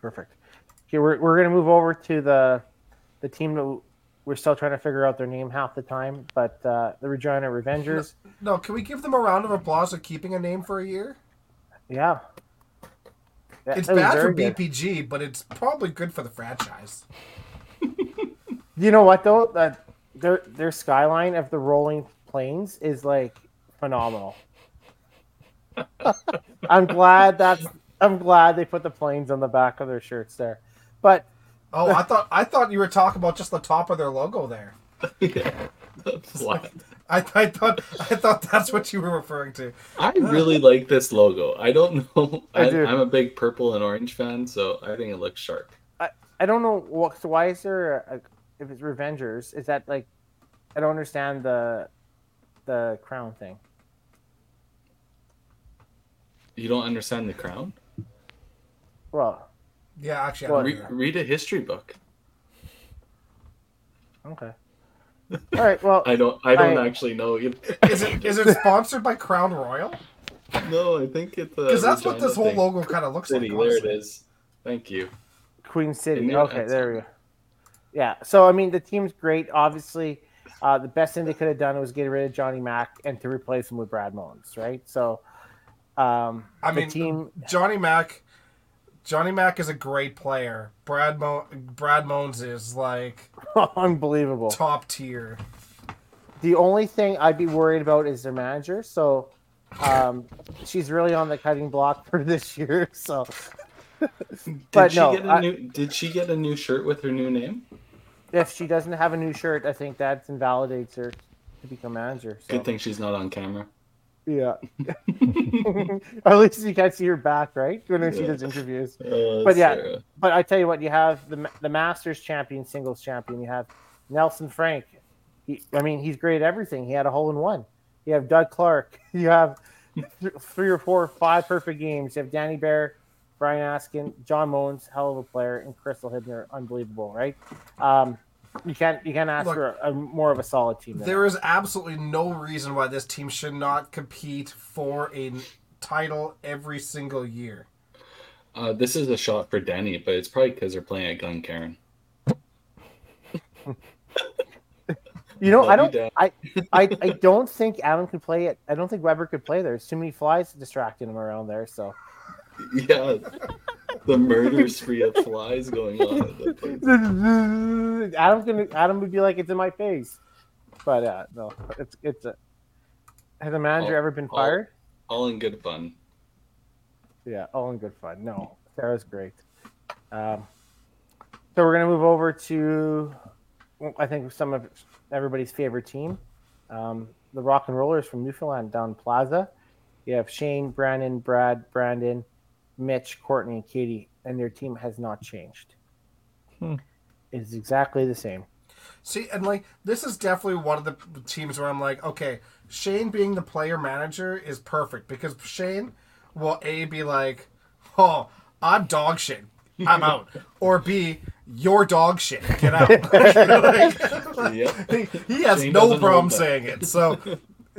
C: Perfect. Okay, we're we're gonna move over to the the team that we're still trying to figure out their name half the time, but uh, the Regina Revengers.
B: No, can we give them a round of applause for keeping a name for a year?
C: Yeah. That-
B: It's
C: that was
B: bad for
C: very good.
B: BPG, but it's probably good for the franchise.
C: You know what though? That their their skyline of the rolling plains is like phenomenal. I'm glad that's I'm glad they put the planes on the back of their shirts there. But
B: Oh, I thought I thought you were talking about just the top of their logo there.
A: Yeah. Flat.
B: I, I thought I thought that's what you were referring to.
A: I really like this logo. I don't know.
C: I
A: I
C: do.
A: I, am a big purple and orange fan, so I think it looks sharp.
C: I don't know what so why is there a, if it's Revengers, is that like I don't understand the the crown thing.
A: You don't understand the crown?
C: Well,
B: Yeah, actually, I
C: What?
B: don't
A: Re-
B: know.
A: read a history book.
C: okay. All right. Well,
A: I don't. I don't
C: I-
A: actually know. Either.
B: is it is it sponsored by Crown Royal?
A: No, I think it's
B: Because that's what this whole logo kind of looks like.
A: City. There it
B: honestly.
A: is. Thank you.
C: Queen City.
A: knew
C: Okay,
A: that.
C: there we go. Yeah. So I mean, the team's great. Obviously, uh, the best thing they could have done was get rid of Johnny Mack and to replace him with Brad Mullins, right? So, um,
B: I
C: the
B: mean,
C: team.
B: Johnny Mack. Johnny Mack is a great player. Brad Mo- Brad Moans is like
C: unbelievable.
B: top tier.
C: The only thing I'd be worried about is their manager. So, um, she's really on the cutting block for this year. So,
A: Did
C: But
A: she
C: no,
A: get a
C: I-
A: new? Did she get a new shirt with her new name?
C: if she doesn't have a new shirt, I think that invalidates her to become manager. So.
A: Good thing she's not on camera.
C: Yeah. At least you can't see her back, right? When she
A: Yeah.
C: does interviews.
A: Uh,
C: But yeah.
A: Sarah.
C: But I tell you what, you have the the Masters champion, singles champion. You have Nelson Frank. He, I mean, he's great at everything. He had a hole in one. You have Doug Clark. You have th- three or four, five perfect games. You have Danny Bear, Brian Askin, John Mullins, hell of a player, and Crystal Hibner, unbelievable, right? Um, you can't you can't ask
B: Look,
C: for a, a more of a solid team. Than that.
B: There is absolutely no reason why this team should not compete for a title every single year.
A: Uh, this is a shot for Danny, but it's probably because they're playing at Gun Karen.
C: You know,
A: Love
C: I
A: you,
C: don't.
A: Dad.
C: I, I I don't think Adam could play it. I don't think Weber could play there. There's too many flies distracting him around there. So
A: Yeah, the murder spree of flies going on. At that place.
C: Adam gonna Adam would be like, "It's in my face," but uh, no, it's it's a. Has a manager
A: All-
C: ever been
A: all-
C: fired?
A: All in good fun.
C: Yeah, all in good fun. No, Sarah's great. Um, so we're gonna move over to, well, I think some of everybody's favorite team, um, the Rock and Rollers from Newfoundland down Plaza. You have Shane, Brandon, Brad, Brandon, Mitch, Courtney, and Katie, and their team has not changed.
D: Hmm.
C: It's exactly the same.
B: See, and like this is definitely one of the teams where I'm like, okay, Shane being the player manager is perfect because Shane will a be like, oh, I'm dog shit, I'm out, or b, you're dog shit, get out. Like,
A: Yep.
B: he, he has
A: Shane
B: no
A: doesn't
B: problem
A: hold back.
B: saying it. So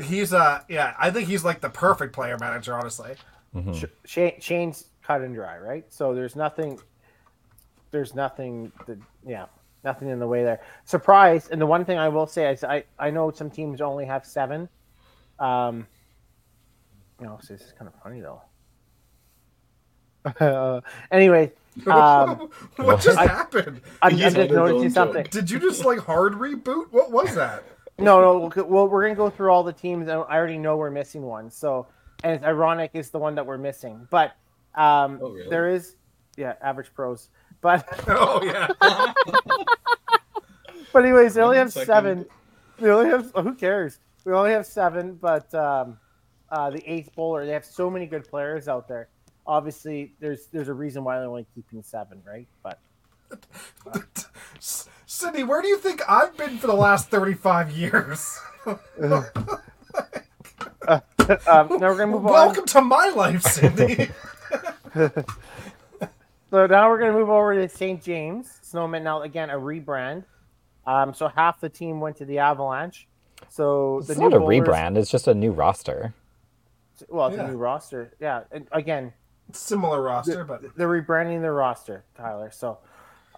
B: he's uh yeah, I think he's like the perfect player manager, honestly.
D: Mm-hmm. Hmm.
C: Sh- Shane, Shane's cut and dry, right? So there's nothing, there's nothing that, yeah, nothing in the way there. Surprise! And the one thing I will say is, I I know some teams only have seven. Um, you know, so this is kind of funny though. Uh, anyway, um,
B: what just
C: I-
B: happened?
C: I'm, I'm
A: He's had
C: just
A: his own
C: noticing
A: joke.
C: something.
B: Did you just like hard reboot? What was that?
C: No, no. we'll- Well, we're gonna go through all the teams, and I already know we're missing one. So, and it's ironic is the one that we're missing. But um,
A: Oh, really?
C: there is, yeah, average pros. But
B: Oh yeah.
C: Um, but anyways, they only
A: One
C: have
A: second.
C: seven. We only have oh, who cares? We only have seven, but um, uh, the eighth bowler. They have so many good players out there. Obviously, there's there's a reason why they're only keeping seven, right? But
B: S- Sydney, where do you think I've been for the last 35 years?
C: um, now we're gonna move on.
B: Welcome to my life, Sydney.
C: So now we're going to move over to St. James Snowman. Now again, a rebrand. Um, so half the team went to the Avalanche. So
D: It's
C: the new
D: not a
C: bowlers-
D: rebrand. It's just a new roster.
C: Well, it's
B: Yeah.
C: a new roster. Yeah. And again,
B: Similar roster, but
C: they're rebranding their roster, Tyler. So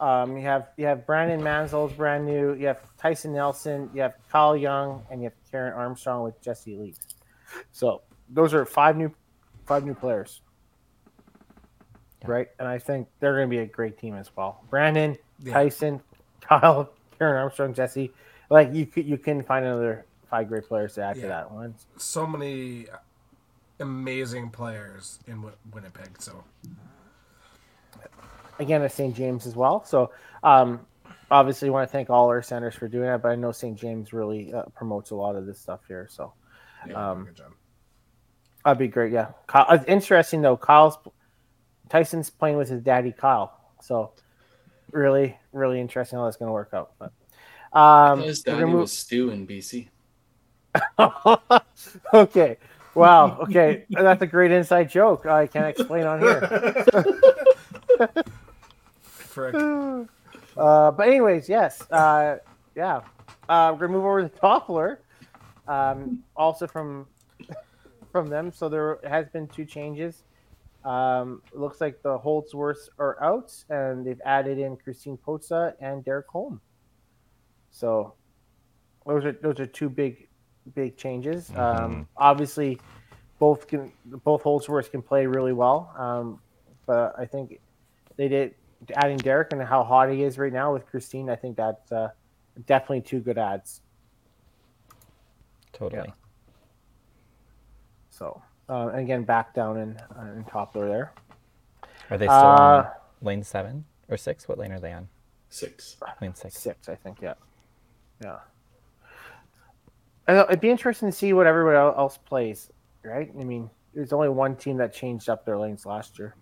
C: um, you have you have Brandon Manzel's brand new. You have Tyson Nelson. You have Kyle Young, and you have Karen Armstrong with Jesse Lee. So those are five new five new players, right? And I think they're going to be a great team as well. Brandon,
B: Yeah.
C: Tyson, Kyle, Karen Armstrong, Jesse. Like you could you can find another five great players to add
B: Yeah.
C: to that one.
B: so many amazing players in Win- Winnipeg. So
C: again at St. James as well. So um, obviously, want to thank all our centers for doing that. But I know St. James really uh, promotes a lot of this stuff here. So
B: yeah,
C: Um,
B: good job.
C: that'd be great. Yeah, Kyle, uh, interesting though. Kyle's Tyson's playing with his daddy Kyle. So really, really interesting how that's going to work out. But um,
A: His
C: we're
A: daddy
C: gonna move-
A: was Stu in BC.
C: okay, Wow. Okay, that's a great inside joke. I can't explain on here.
B: Frick.
C: Uh, but anyways, yes. Uh, yeah. Uh, we're gonna move over to Toppler. Um, also from from them. So there has been two changes. Um, it looks like the Holdsworths are out, and they've added in Christine Pozza and Derek Holm. So those are those are two big big changes.
D: Mhm.
C: Um, obviously, both can both Holdsworths can play really well. Um, but I think they did adding Derek and how hot he is right now with Christine. I think that's uh, definitely two good ads.
D: Totally.
C: So uh, and again, back down in uh, in Toppler there.
D: Are they still on
C: Uh,
D: lane seven or six? What lane are they on?
A: Six.
D: Lane six.
C: six, I think. Yeah, yeah. I know, It'd be interesting to see what everyone el- else plays, right? I mean, there's only one team that changed up their lanes last year.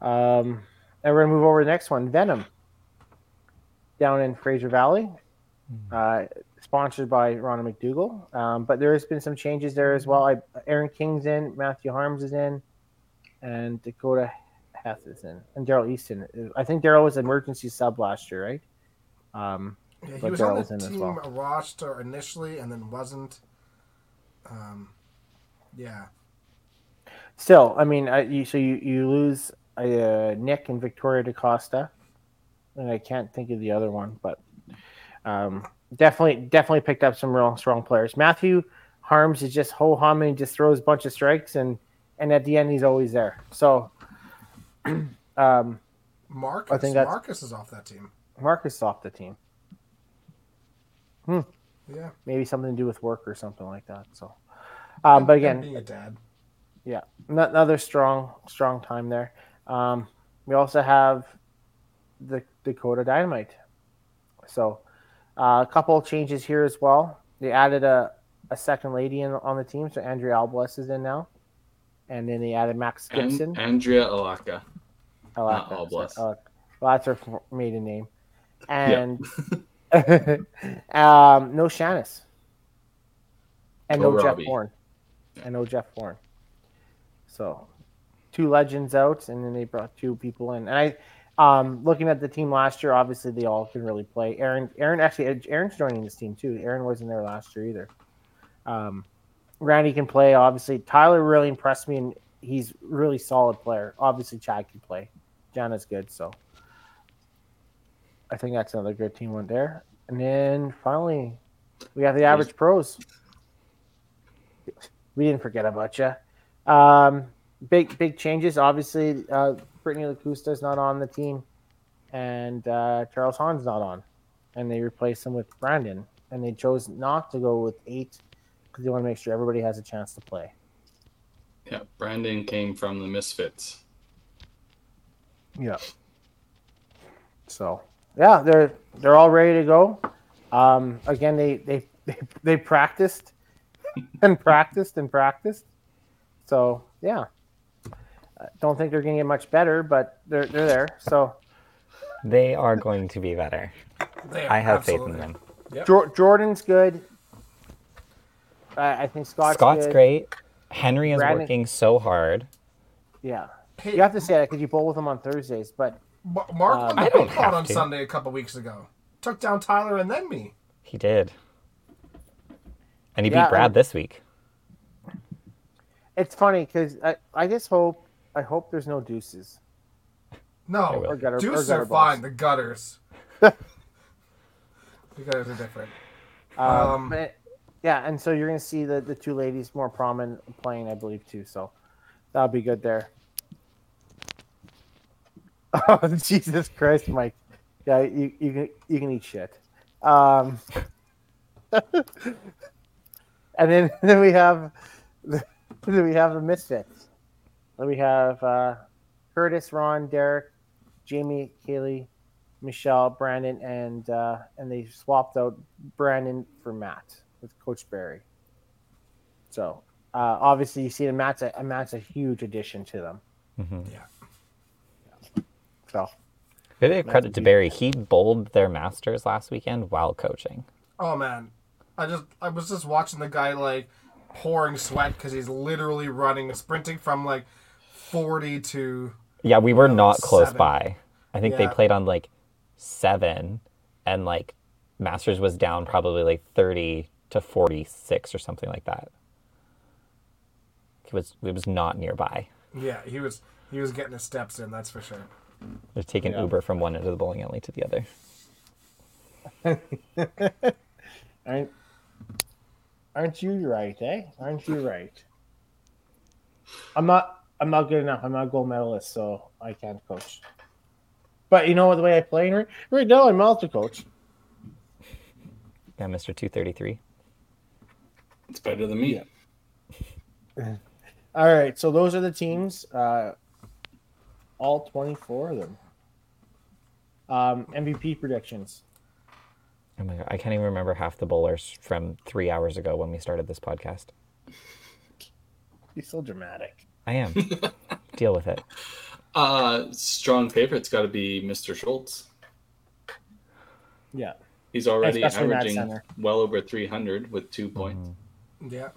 C: Um, and we're gonna move over to the next one, Venom, down in Fraser Valley,
D: Mm.
C: uh, sponsored by Ron McDougall. Um, but there has been some changes there as well. I, Aaron King's in, Matthew Harms is in, and Dakota Heth is in, and Daryl Easton. I think Daryl was emergency sub last year, right? Um,
B: Yeah, he
C: But
B: was on
C: Daryl's
B: the
C: in as
B: team
C: well.
B: roster initially and then wasn't. Um, yeah.
C: still, I mean, I, you, so you, you lose uh, Nick and Victoria DaCosta, and I can't think of the other one, but um, definitely definitely picked up some real strong players. Matthew Harms is just ho hum and just throws a bunch of strikes, and and at the end he's always there. So. Um,
B: Marcus.
C: think that's-
B: Marcus is off that team.
C: Marcus is off the team.
B: Yeah.
C: Maybe something to do with work or something like that. So, um, but
B: And
C: again,
B: being a dad.
C: Ano- another strong strong time there. Um, we also have the Dakota Dynamite. So uh, a couple of changes here as well. They added a, a second lady in, on the team, so Andrea Albles is in now, and then they added Max
A: And,
C: Gibson.
A: Andrea Alaka.
C: I like
A: not
C: that.
A: Albles.
C: So, uh, well, that's her for- maiden name, and um, no Shannis, and
A: Or
C: no Jeff
A: Robbie.
C: Bourne, and no Jeff Bourne. So, two legends out, and then they brought two people in. And I, um, looking at the team last year, obviously they all can really play. Aaron, Aaron actually, Aaron's joining this team too. Aaron wasn't there last year either. Um, Randy can play, obviously. Tyler really impressed me, and he's really solid player. Obviously, Chad can play. John is good, so I think that's another good team one there. And then finally, we have the average pros. We didn't forget about you. Um, big big changes. Obviously, uh, Brittany Lacusta is not on the team, and uh, Charles Hahn's not on, and they replaced him with Brandon. And they chose not to go with eight because they want to make sure everybody has a chance to play.
A: Yeah, Brandon came from the Misfits.
C: Yeah. So yeah, they're they're all ready to go. Um, again, they they they, they practiced and practiced and practiced. So yeah, I don't think they're going to get much better, but they're they're there. So
D: They are going to be better.
B: They
D: I have faith
B: absolutely-
D: in them.
C: Jor- Jordan's good. I I think Scott's,
D: Scott's,
C: good.
D: great. Henry is
C: Brandon-
D: working so hard.
C: Yeah,
B: Hey,
C: you have to say that because you bowl with them on Thursdays, but
B: Ma- Mark won
C: Um,
B: the
D: Uh, I don't
B: big
D: have
B: on
D: to.
B: Sunday a couple weeks ago. Took down Tyler and then me.
D: He did. And he
C: Yeah,
D: beat Brad
C: and-
D: this week.
C: it's funny because I, I just hope I hope there's no deuces.
B: No,
D: will.
C: Or gutter- or
B: Deuces
C: gutter
B: are
C: balls.
B: fine. The gutters. the gutters are different. Um,
C: Um, but- yeah, and so you're going to see the, the two ladies more prominent playing, I believe, too. So that'll be good there. Oh, Jesus Christ, Mike. Yeah, you, you, can, you can eat shit. Um, and then, then we have the, then we have the Misfits. Then we have uh, Curtis, Ron, Derek, Jamie, Kaylee, Michelle, Brandon, and uh, and they swapped out Brandon for Matt with Coach Barry. So uh, obviously, you see, that Matt's a, Matt's a huge addition to them.
D: Mhm.
C: So
D: Maybe a
C: would
D: credit to
C: be-
D: Barry. He bowled their masters last weekend while coaching.
B: Oh man, I just I was just watching the guy like pouring sweat because he's literally running, sprinting from like 40 to.
D: Yeah, we were not close
B: Seven.
D: by. I think they
B: Yeah.
D: played on like seven, and like Masters was down probably like thirty to forty six or something like that. It was it was not nearby.
B: Yeah, he was he was getting his steps in. That's for sure.
D: They've taken Uber from one end of the bowling alley to the other.
C: Aren't, aren't you right, eh? Aren't you right? I'm not. I'm not good enough. I'm not a gold medalist, so I can't coach. But you know what? The way I play right, right now, I'm out to coach.
D: Yeah, Mister Two Thirty Three.
A: It's better than me.
C: All right, so those are the teams. Uh, all 24 of them. Um, MVP predictions.
D: Oh my god, I can't even remember half the bowlers from three hours ago when we started this podcast.
C: He's so dramatic.
D: I am. Deal with it.
A: Uh, strong favorite's got to be Mr. Schultz.
C: Yeah.
A: He's already
C: Especially in that
A: averaging
C: center. Mm-hmm.
A: well over 300 with two points.
B: Yeah.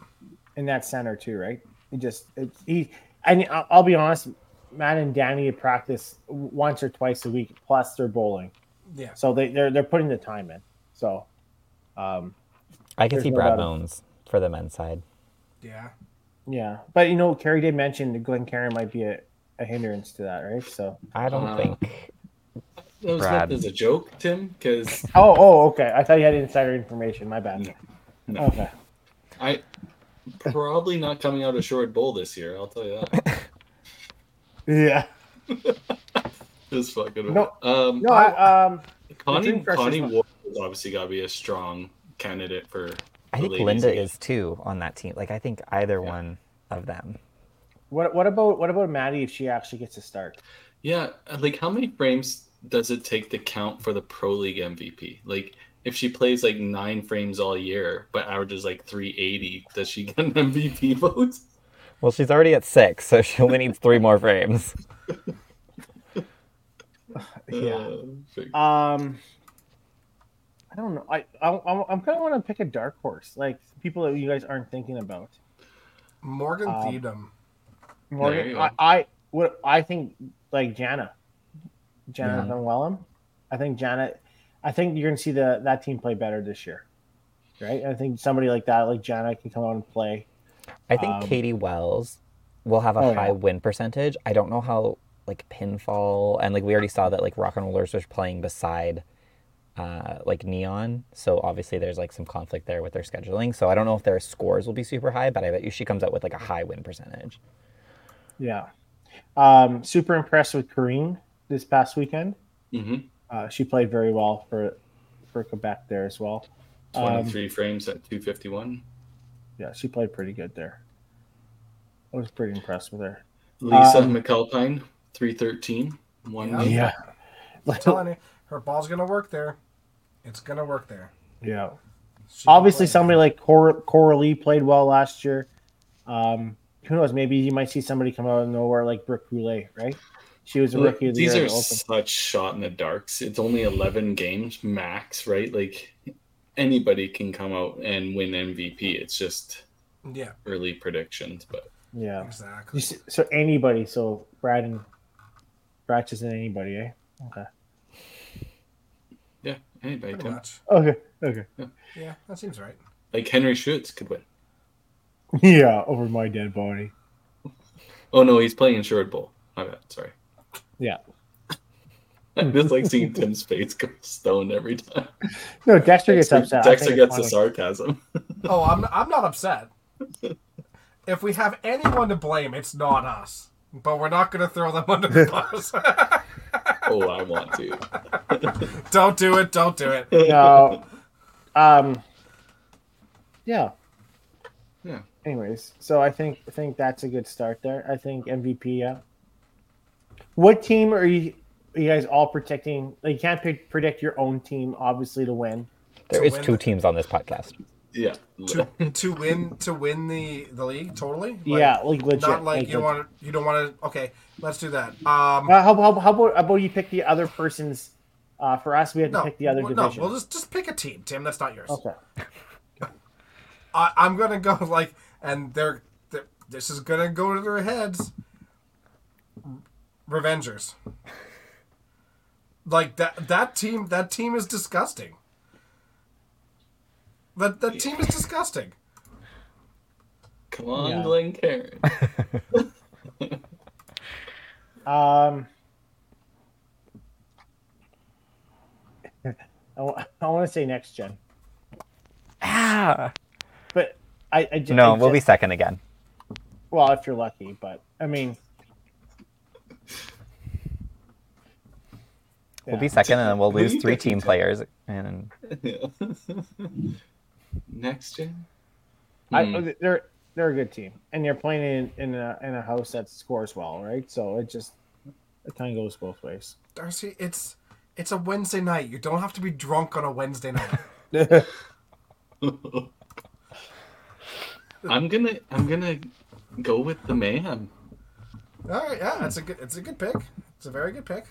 C: in that center too, right? He just it, he and I- I'll be honest, Matt and Danny practice once or twice a week. Plus, they're bowling,
B: Yeah.
C: so they they're they're putting the time in. So, um,
D: I can
C: There's
D: see
C: no
D: Brad
C: doubt.
D: Moans for the men's side.
B: Yeah.
C: yeah, but you know, Kerry did mention that Glenn Karen might be a, a hindrance to that, right? So,
D: I don't
A: Uh,
D: think
A: That was
F: Brad.
A: meant as a joke, Tim, because
C: oh oh okay, I thought you had insider information. My bad.
A: No, no.
C: Okay,
A: I probably not coming out a short bowl this year. I'll tell you that.
C: yeah,
A: Just fucking
C: No,
A: Um,
C: no, I, um,
A: Connie,
C: interesting.
A: Connie Ward has obviously got to be a strong candidate for.
D: I
A: the
D: think
A: ladies
D: Linda
A: league.
D: is too on that team. Like I think either one of them.
C: what what about what about Maddie if she actually gets a start?
A: Yeah, uh, like how many frames does it take to count for the pro league MVP? Like if she plays like nine frames all year but averages like 380, does she get an MVP vote?
D: Well, she's already at six, so she only needs three more frames.
C: Yeah.
A: Uh, fig-
C: Um, I don't know. I, I I'm kind of want to pick a dark horse, like people that you guys aren't thinking about.
B: Morgan
C: Um,
B: Thiedem.
A: There
C: Morgan,
A: you
C: I,
A: go.
C: I what I think like Jana, Jana
D: Yeah.
C: Van Wellem. I think Jana. I think you're gonna see the that team play better this year, right? I think somebody like that, like Jana, can come out and play.
D: I think
C: Um,
D: Katie Wells will have a
C: Oh, yeah.
D: high win percentage. I don't know how like pinfall and like we already saw that like rock and rollers was playing beside uh like neon. So obviously there's like some conflict there with their scheduling. So I don't know if their scores will be super high, but I bet you she comes out with like a high win percentage.
C: Yeah. Um, super impressed with Kareen this past weekend.
A: mhm.
C: Uh, she played very well for for Quebec there as well. Um,
A: 23 frames at 251.
C: yeah, she played pretty good there. I was pretty impressed with her.
A: Lisa
C: um,
A: McAlpine, 313. One
B: Yeah.
A: win.
B: I'm telling you, her ball's gonna work there. It's gonna work there.
C: yeah.
B: She can
C: Obviously,
B: play.
C: somebody like Cor- Coralie played well last year. Um, who knows? Maybe you might see somebody come out of nowhere like Brooke Roulet, right? She was a
A: Look,
C: rookie of the
A: these
C: year.
A: are
C: at Open.
A: such shot in the darks. It's only 11 games max, right? Like anybody can come out and win MVP. It's just
B: Yeah.
A: early predictions, but
C: Yeah. You
B: Exactly.
C: s- So anybody. So Brad and Bratch isn't anybody, eh? Okay.
A: yeah, anybody
B: Pretty
A: can.
B: much.
C: Okay. Okay.
B: Yeah, that seems right.
A: Like Henry Schutz could win.
C: Yeah, over my dead body.
A: Oh no, he's playing in Sherwood Bowl. My bad. Sorry.
C: Yeah.
A: I just like seeing Tim's face go stone every time.
C: No, Dexter gets
A: Dexter,
C: upset. I
A: Dexter
C: think
A: gets
C: it's
A: the
C: funny.
A: sarcasm.
B: Oh, I'm I'm not upset. If we have anyone to blame, it's not us. But we're not gonna throw them under the bus.
A: Oh, I want to.
B: don't do it. Don't do it.
C: No. Um. Yeah.
A: Yeah.
C: Anyways, so I think I think that's a good start there. I think MVP. Yeah. What team are you? Are you guys all protecting? Like, you can't pre- predict your own team, obviously, to win.
D: There
B: To
D: is
B: win
D: two
B: the-
D: teams on this podcast.
A: Yeah.
B: To to win to win the the league totally. Like,
C: yeah, like legit.
B: Not like you don't
C: legit.
B: want to. You don't want to. Okay, let's do that. Um.
C: Uh, how, how, how about how about you pick the other person's? Uh, for us, we had to
B: no,
C: pick the other
B: well,
C: division.
B: no. We'll just just pick a team, Tim. That's not yours.
C: Okay.
B: I, I'm gonna go like and they're, they're this is gonna go to their heads. Revengers. Like that that team that team is disgusting. That that team is disgusting.
A: Come on,
C: Yeah.
A: Glen Karen.
C: Um, I, want to say next gen,
D: Ah.
C: but I, I ju-
D: No,
C: I
D: we'll
C: ju-
D: be second again.
C: well if you're lucky. But I mean,
D: We'll
C: Yeah.
D: be second, and then we'll
A: Who do
D: lose
A: you
D: three
A: think you
D: team
A: took?
D: players. And
A: Next gen. Hmm.
C: I, they're they're a good team, and you're playing in in a, in a house that scores well, right? So it just it kind of goes both ways.
B: Darcy, it's it's a Wednesday night. You don't have to be drunk on a Wednesday night.
A: Hmm. I'm gonna I'm gonna go with the man.
B: All right, yeah, that's a good it's a good pick. It's a very good pick.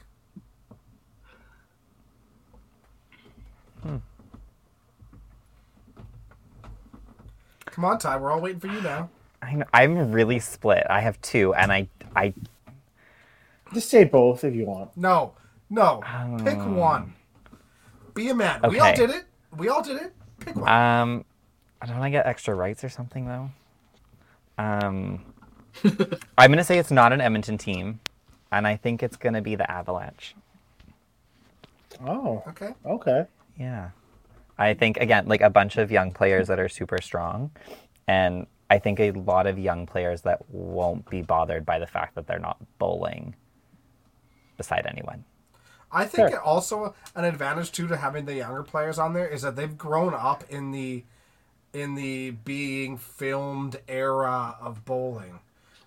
B: Come on, Ty. We're all waiting for you now.
D: I
G: I'm really split. I have two, and I I
C: Just say both if you want.
B: No, no. Pick one. Be a man. We all
G: Okay.
B: did it. We all did it. Pick one.
G: um, don't I get extra rights or something though? Um,
D: I'm gonna say it's not an Edmonton team, and I think it's gonna be the Avalanche.
C: Oh,
B: okay.
C: okay.
D: Yeah. I think again, like a bunch of young players that are super strong, and I think a lot of young players that won't be bothered by the fact that they're not bowling beside anyone.
B: I think it also an advantage too to having the younger players on there is that they've grown up in the in the being filmed era of bowling.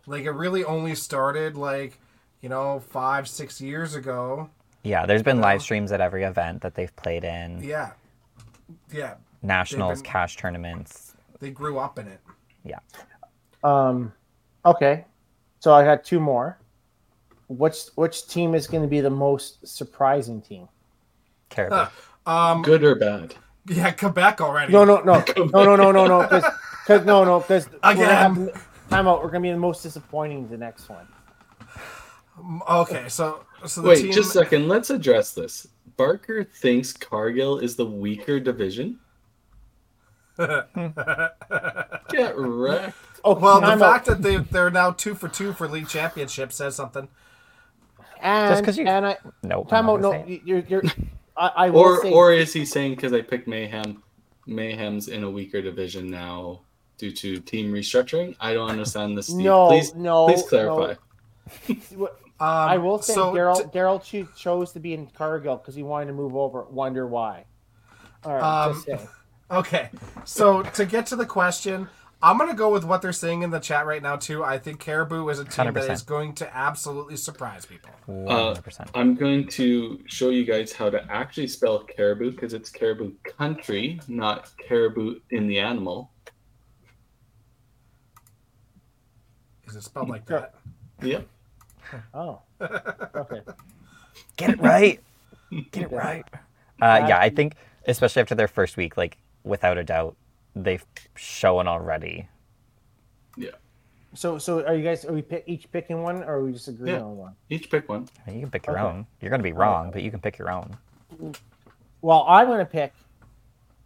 B: Like it really only started like, you know, five, six years ago.
D: Yeah, there's been live streams at every event that they've played in,
B: Yeah. Yeah.
D: nationals,
B: been-
D: cash tournaments.
B: They grew up in it.
C: Um, okay. So I got two more. Which which team is going to be the most surprising team?
D: Caribou.
B: Huh. Um
A: Good or bad?
B: yeah, Quebec already.
C: No, no, no, no, no, no, no, no. Because no, no, because
B: Again.
C: Time out. We're gonna be the most disappointing the next one.
B: Okay, so so the
A: Wait,
B: team
C: uh,
A: just a second. Let's address this. Barker thinks Cargill is the weaker division. Get wrecked.
C: Oh
B: well, the
C: time
B: fact
C: out.
B: that they they're now two for two for league championship says something. Um,
C: and,
D: Just 'cause you-
C: and I
D: no, I'm
C: time
D: not
C: out. No,
D: gonna say it.
C: you- you're you're. I, I will
A: Or
C: say
A: or is he saying because I picked Mayhem, Mayhem's in a weaker division now due to team restructuring? I don't understand this. Steve.
C: No,
A: please,
C: no,
A: please clarify.
C: no. what-
B: Um,
C: I will say
B: so
C: Daryl
B: t-
C: Daryl cho- chose to be in Cargill because he wanted to move over. Wonder why? All right,
B: Um,
C: just saying.
B: Okay, so to get to the question, I'm gonna go with what they're saying in the chat right now too. I think Caribou is a team that
D: 100%.
B: is going to absolutely surprise people.
D: 100%.
A: I'm going to show you guys how to actually spell caribou because it's caribou country, not caribou in the animal.
B: Is it spelled like that?
A: Yep.
C: Oh, okay.
D: Get it right. Get it right. Uh, yeah, I think especially after their first week, like without a doubt, they've shown already.
A: Yeah.
C: So, so are you guys? Are we pick, each picking one, or are we just agreeing
A: Yeah.
C: on one?
A: Each pick one.
D: I mean, you can pick your
C: Okay.
D: own. You're gonna be wrong, but you can pick your own.
C: Well, I'm gonna pick.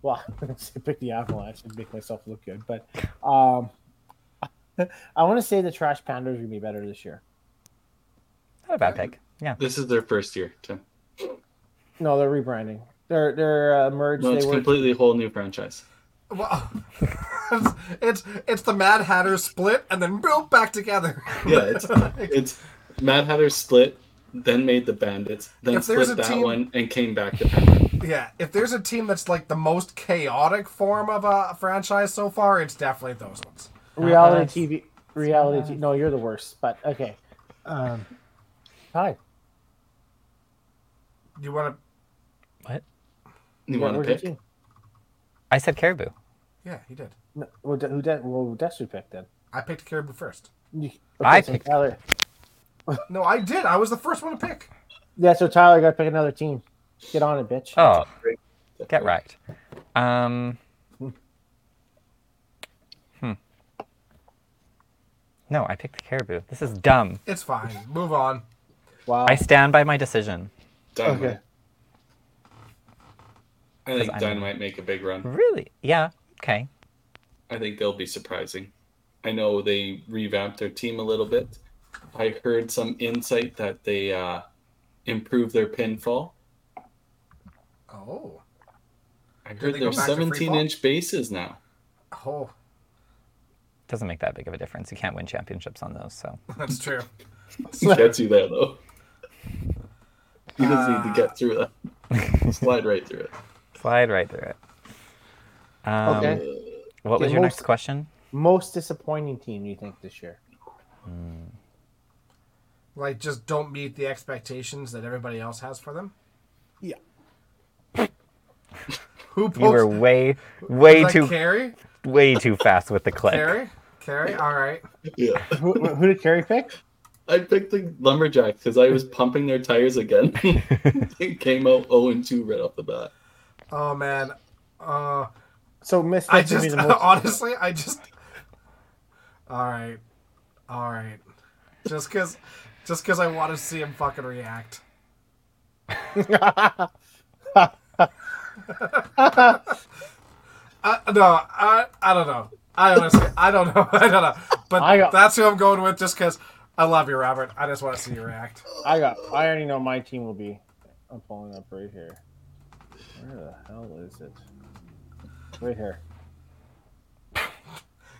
C: Well, I'm gonna say pick the Avalanche and make myself look good, but um, I want to say the Trash Pandas are gonna be better this year.
D: Not a bad pick. Yeah.
A: This is their first year, Tim.
C: No, they're rebranding. They're they're uh, merged.
A: No,
C: they
A: it's
C: were
A: completely whole new franchise.
B: Well, it's, it's it's the Mad Hatter split and then built back together.
A: Yeah, it's it's Mad Hatter split, then made the Bandits, then
B: If there's
A: split
B: a
A: that
B: team-
A: one and came back to Panther.
B: yeah, if there's a team that's like the most chaotic form of a franchise so far, it's definitely those ones.
C: Uh, reality TV. Reality. T- no, you're the worst. But okay. Um, hi.
B: You want to?
D: What?
A: You
C: What-
A: want
C: where's
A: to
C: your
A: pick?
C: team?
D: I said caribou.
B: Yeah, he did.
C: No, well, de- who did? Well, Dexter picked then.
B: I picked Caribou first.
C: You-
D: I
C: so
D: picked-
C: Tyler.
B: No, I did. I was the first one to pick.
C: Yeah, so Tyler got to pick another team. Get on it, bitch.
D: Oh, get right. Um. Hmm. No, I picked the caribou. This is dumb.
B: It's fine. Move on.
C: Wow.
D: I stand by my decision.
A: Dynamite.
E: Okay.
A: I think
D: I'm-
A: Dynamite make a big run.
D: Really? Yeah. Okay.
A: I think they'll be surprising. I know they revamped their team a little bit. I heard some insight that they uh, improved their pinfall.
B: Oh.
A: I
B: Did
A: heard
B: they
A: they're
B: go back to free
A: 17 inch bases now.
B: Oh,
D: Doesn't make that big of a difference. You can't win championships on those. So
B: that's true.
A: Gets you there though. You just
C: Uh.
A: need to get through that. Slide right through it.
D: slide right through it. Um,
C: okay.
D: What was
C: Yeah,
D: your
C: most-
D: next question?
C: Most disappointing team you think this year?
B: Like, just don't meet the expectations that everybody else has for them.
E: Yeah.
B: Who
D: You were
B: posted
D: way, way
B: like
D: too,
B: Carrie?
D: way too fast with the clip.
B: Carrie? Carrie? All right.
A: Yeah.
C: Who, who did Kerry pick?
A: I picked the lumberjacks because I was pumping their tires again. it came out 0 and 2 right off the bat.
B: Oh, man. Uh,
C: So Misfits
B: I
C: would be
B: just,
C: the most.
B: honestly, I just. All right. All right. Just because just cause I want to see him fucking react. I, Uh, no, I, I don't know. I honestly, I don't know. I don't know. But
C: I got-
B: that's who I'm going with just because I love you, Robert. I just want to see you react.
C: I got. I already know my team will be. I'm pulling up right here. Where the hell is it? Right here.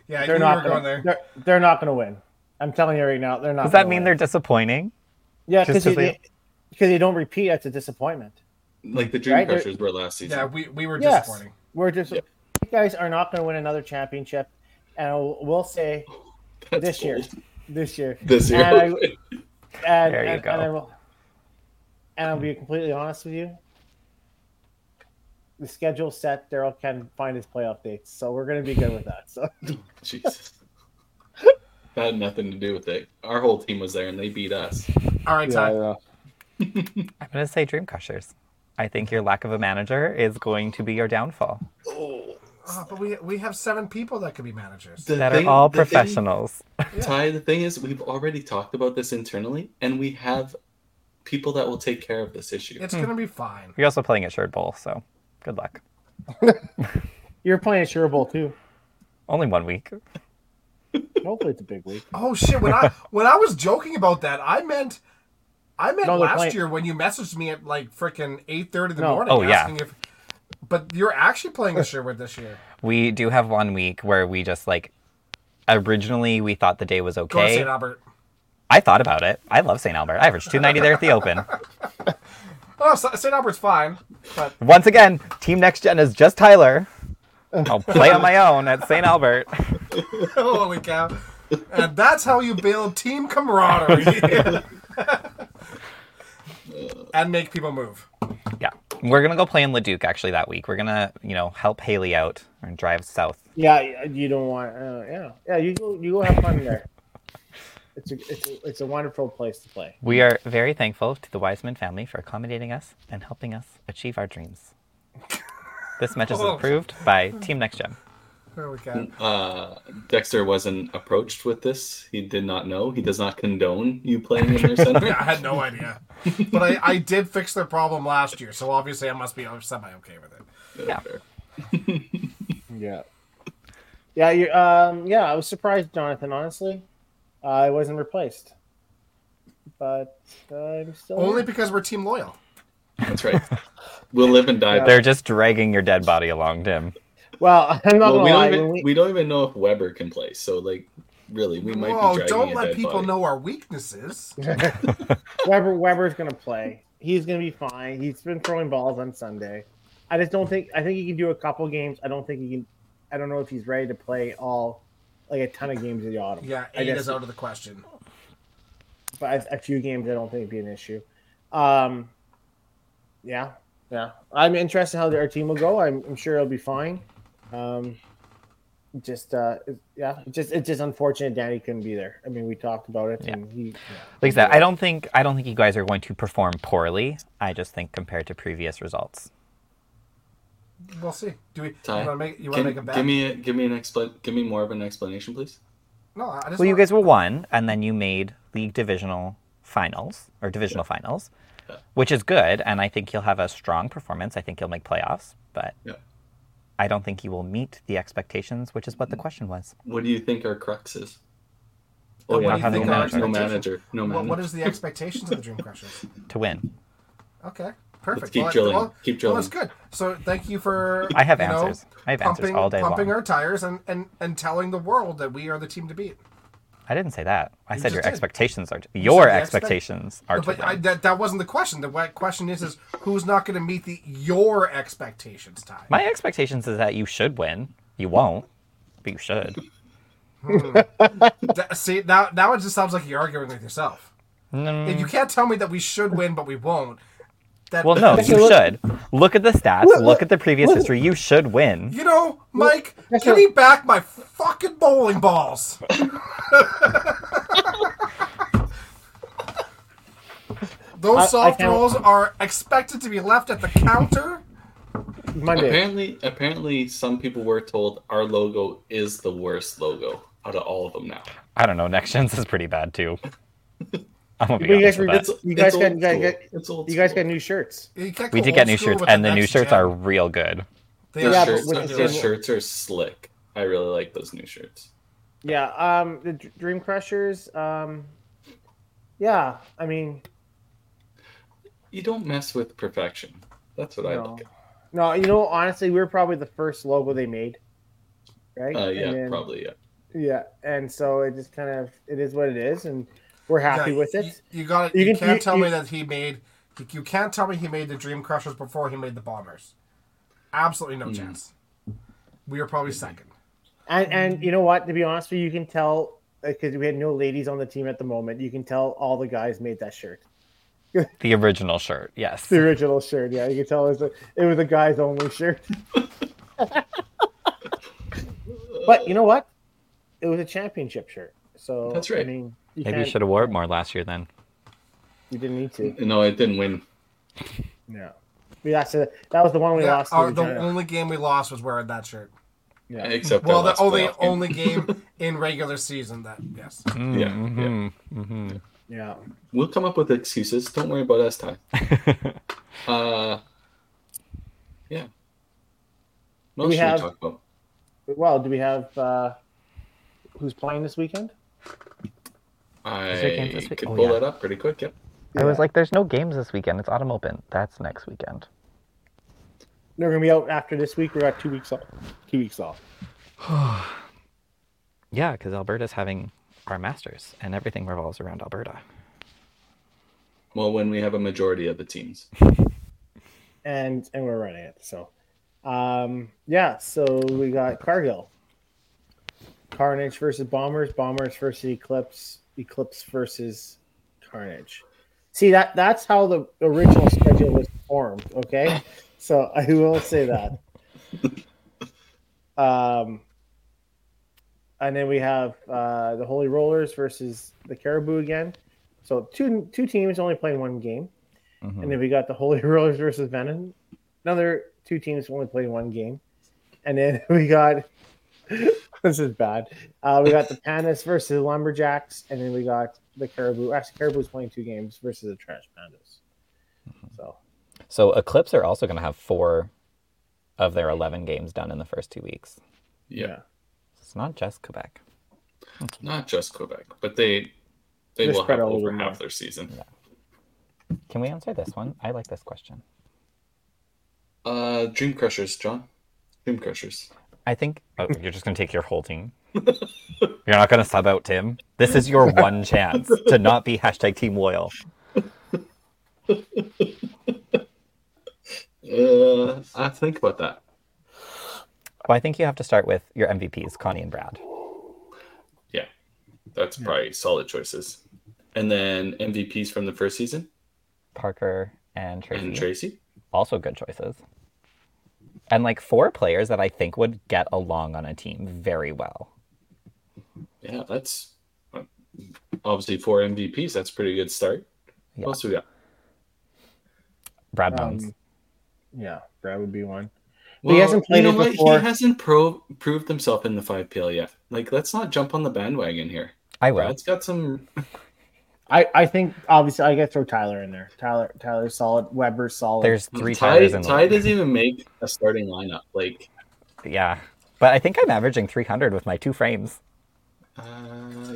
B: Yeah,
C: They're
B: you
C: not
B: were
C: gonna,
B: going there.
C: They're, they're not going to win. I'm telling you right now, they're not.
D: Does that
C: gonna
D: mean
C: win.
D: they're disappointing?
C: yeah?
D: just
C: Because
D: as
C: they,
D: they-
C: because they don't repeat. That's a disappointment.
A: Like the Dream
C: Right, they're-
A: Crushers were last season.
B: Yeah, we, we were
C: Yes.
B: disappointing.
C: We're just you guys are not going to win another championship, and I will- will say
A: That's
C: this year,
A: bold.
C: this year,
A: This year.
C: And I- and,
D: There you
C: and, and I
D: go.
C: will, and I'll be completely honest with you. The schedule's set. Daryl can find his playoff dates, so we're going to be good with that. So
A: Jesus. that had nothing to do with it. Our whole team was there and they beat us.
B: All right, Ty.
E: yeah.
D: I'm gonna say Dream Crushers. I think your lack of a manager is going to be your downfall.
B: Oh, but we we have seven people that could be managers.
A: The
D: That
A: thing-
D: are all
A: the thing-
D: professionals.
A: Ty, the thing is, we've already talked about this internally and we have people that will take care of this issue.
D: Hmm.
B: It's gonna be fine.
D: You're also playing at Sherd Bowl, so good luck.
C: you're playing a Sure Bowl too.
D: Only one week.
C: Hopefully, it's a big week.
B: Oh shit! When I when I was joking about that, I meant I meant
C: No, they're
B: last
C: playing-
B: year when you messaged me at like freaking eight thirty in the
C: No.
B: morning
D: Oh, yeah.
B: asking if. But you're actually playing the Sherwood this year.
D: We do have one week where we just like originally we thought the day was
B: Go to
D: okay.
B: St. Albert.
D: I thought about it. I love St. Albert. I averaged 290 there at the open.
B: Oh, S- St. Albert's fine, but
D: Once again, Team Next Gen is just Tyler. I'll play on my own at St. Albert.
B: holy cow! And that's how you build team camaraderie and make people move.
D: Yeah. We're going to go play in Leduc actually that week. We're going to, you know, help Haley out and drive south.
C: Yeah, you don't want. Uh, yeah, yeah. You go. You go have fun there. It's a, it's a, it's a wonderful place to play.
D: We are very thankful to the Wiseman family for accommodating us and helping us achieve our dreams. This match is approved by Team Next Gen.
B: Holy cow!
A: Uh, Dexter wasn't approached with this. He did not know. He does not condone you playing in their
B: Yeah, I
A: center.
B: had no idea, but I, I did fix their problem last year, so obviously I must be semi okay with it.
D: Yeah.
E: Yeah.
C: Yeah, you. Um, yeah, I was surprised, Jonathan. Honestly, uh, I wasn't replaced, but I'm still
B: Only
C: here.
B: because we're team loyal.
A: That's right. We'll live and die.
D: They're just dragging your dead body along, Tim.
C: Well, I'm not
A: Well, we
C: gonna lie.
A: don't even
C: when
A: we...
C: we-
A: don't even know if Weber can play. So like, really, we might be
B: Whoa,
A: dragging
B: don't
A: a
B: let
A: dead
B: people
A: body.
B: know our weaknesses.
C: Weber Weber's gonna play. He's gonna be fine. He's been throwing balls on Sunday. I just don't think. I think he can do a couple games. I don't think he can. I don't know if he's ready to play all like a ton of games in the autumn.
B: Yeah,
C: I
B: eight
C: guess-
B: is out of the question.
C: but a, a few games I don't think would be an issue. Um, yeah, yeah. I'm interested how our team will go. I'm, I'm sure it'll be fine. Um, just uh, it- yeah, it's just it's just unfortunate Danny couldn't be there. I mean, we talked about it,
D: Yeah.
C: and he.
D: Like I said, I don't think I don't think you guys are going to perform poorly. I just think compared to previous results.
B: We'll see. Do we?
A: Ty,
B: you want to make? You
A: Can-
B: want to make a bet?
A: give me a, give me an explan give me more of an explanation, please.
B: No, I just
D: Well, you
B: want-
D: guys were one, and then you made league divisional finals or divisional finals, which is good. And I think you'll have a strong performance. I think you'll make playoffs, but
A: Yeah.
D: I don't think you will meet the expectations, which is what the
B: Mm.
D: question was.
A: What do you think our crux is?
B: What Oh,
D: yeah,
B: do you
D: having
B: think
D: no
B: our
D: manager.
A: No
B: expectations-
A: manager. No
B: What-
A: manager.
B: what is the expectations of the Dream Crushers?
D: To win,
B: Okay, perfect.
A: keep
B: well,
A: drilling.
B: Well,
A: Keep
B: Well, that's
A: drilling.
B: good. So thank you for.
D: I have
B: you know,
D: answers. I have
B: pumping,
D: answers all day
B: pumping
D: long.
B: our tires and, and and telling the world that we are the team to beat.
D: I didn't say that. I
B: You
D: said
B: just
D: your
B: did.
D: expectations are.
B: said
D: your
B: the expect-
D: expectations are. To
B: But
D: win.
B: I, that that wasn't the question. The wa- question is is who's not going to meet the your expectations time.
D: My expectations is that you should win. You won't, but you should.
B: Th- see now now it just sounds like you're arguing with yourself.
D: Mm,
B: If you can't tell me that we should win but we won't, that
D: Well, no,
C: Actually,
D: you
C: look-
D: should. Look at the stats.
C: Look-
D: Look, at the previous
C: look-
D: history. You should win.
B: You know, Mike,
C: that's
B: give
C: not-
B: me back my fucking bowling balls. Those
C: I- I
B: soft
C: can't-
B: rolls are expected to be left at the counter.
C: Monday.
A: Apparently, apparently, some people were told our logo is the worst logo out of all of them now.
D: I don't know. Next Gens is pretty bad too. I'm gonna
C: But
D: be
C: you guys
D: honest with
C: were
D: that.
A: It's,
C: You
A: it's
C: guys
A: old
C: got- you
A: school.
C: guys got-
A: It's old
C: You guys
A: school.
C: got new shirts.
B: You can't
D: We
B: go
D: did get
B: old
D: new
B: school
D: shirts,
B: with
D: and the new
B: next
D: shirts
B: gen.
D: are real good.
B: They
A: Their
C: Yeah, but
A: shirts,
C: with the
A: their
C: same-
A: shirts are slick. I really like those new shirts.
C: Yeah, um, the Dr- Dream Crushers. Um, yeah, I mean,
A: You don't mess with perfection. That's what I
C: No.
A: look
C: no, you know, honestly, we were probably the first logo they made, right?
A: at. Uh,
C: And
A: yeah,
C: then-
A: probably. Yeah.
C: Yeah, and so it just kind of it is what it is, and we're happy
B: Yeah,
C: with
B: you-
C: it.
B: You, got
C: You
B: You,
C: can-
B: can't
C: you-
B: tell
C: you-
B: me that he made. You can't tell me he made the Dream Crushers before he made the Bombers. Absolutely
C: Hmm.
B: no
A: Mm.
B: chance. We are probably second.
C: And
B: mm-hmm.
C: and you know what? To be honest with you, you can tell because we had no ladies on the team at the moment. You can tell all the guys made that shirt,
D: The original shirt, yes.
C: the original shirt. Yeah, you can tell it was a, it was a guys only shirt. but you know what? It was a championship shirt. So
A: That's
C: I
A: right.
C: mean, you
D: Maybe you
C: can't-
D: should have wore it more last year then.
C: You didn't need to.
A: No, it didn't win.
C: Yeah. Yeah, so that was the one we
B: Yeah,
C: lost. to
B: our- the
C: Regina.
B: only game we lost was wearing that shirt.
C: Yeah.
A: Except
B: Well,
A: our
B: the
A: last
B: only
A: playoff game.
B: only game in regular season that yes.
A: Yeah,
D: Mhm, mhm.
C: yeah.
A: We'll come up with excuses. Don't worry about us, time. uh, yeah. What
C: we
A: else should
C: have-
A: we talk about?
C: Well, do we have uh, who's playing this weekend?
D: there games
A: I
D: this week?
A: could
D: Oh,
A: pull
D: yeah.
A: that up pretty quick. Yep.
D: I was like, there's no games this weekend. It's Autumn Open. That's next weekend.
C: They're gonna be out after this week. We got two weeks off. Two weeks off.
D: Yeah, because Alberta's having our Masters, and everything revolves around Alberta.
A: Well, when we have a majority of the teams.
C: and and we're running it. So, um, yeah. So we got Cargill, Carnage versus Bombers, Bombers versus Eclipse, Eclipse versus Carnage. See that that's how the original schedule was formed. Okay, so I will say that. Um, and then we have uh, the Holy Rollers versus the Caribou again. So two two teams only playing one game.
D: Mhm.
C: And then we got the Holy Rollers versus Venom. Another two teams only played one game. And then we got this is bad. Uh, we got the Pandas versus the Lumberjacks, and then we got the Caribou. Actually, Caribou's playing two games versus the Trash Pandas. So
G: So Eclipse are also going to have four of their 11 games done in the first two weeks.
A: Yeah.
C: Yeah.
G: It's not just Quebec.
A: Not just Quebec, but they they
C: They're
A: will
C: spread
A: have
C: all
A: over
C: over
A: half
C: more.
A: their season.
G: Can we answer this one? I like this question.
A: Uh, Dream Crushers, John. Dream Crushers.
D: I think oh, you're just gonna take your whole team. you're not gonna sub out Tim. This is your one chance to not be hashtag team loyal.
A: Uh, I think about that.
G: Well, I think you have to start with your MVPs, Connie and Brad.
A: Yeah, that's probably solid choices. And then MVPs from the first season
G: Parker and Tracy.
A: and Tracy.
G: also good choices. And like four players that I think would get along on a team very well.
A: Yeah, that's obviously four MVPs. That's a pretty good start.
G: Yeah.
A: What else we got?
G: Brad Bones.
A: Um,
C: yeah, Brad um, would be one. But he hasn't played it before.
A: He hasn't pro- proved himself in the 5PL yet. Like, let's not jump on the bandwagon here.
G: I will.
A: Brad's got some.
C: I, I think obviously I gotta throw Tyler in there. Tyler Tyler's solid. Weber's solid.
G: There's three
A: Ty,
G: Tylers in the
A: Ty doesn't even make a starting lineup. Like,
G: Yeah. But I think I'm averaging 300 with my two frames.
A: uh,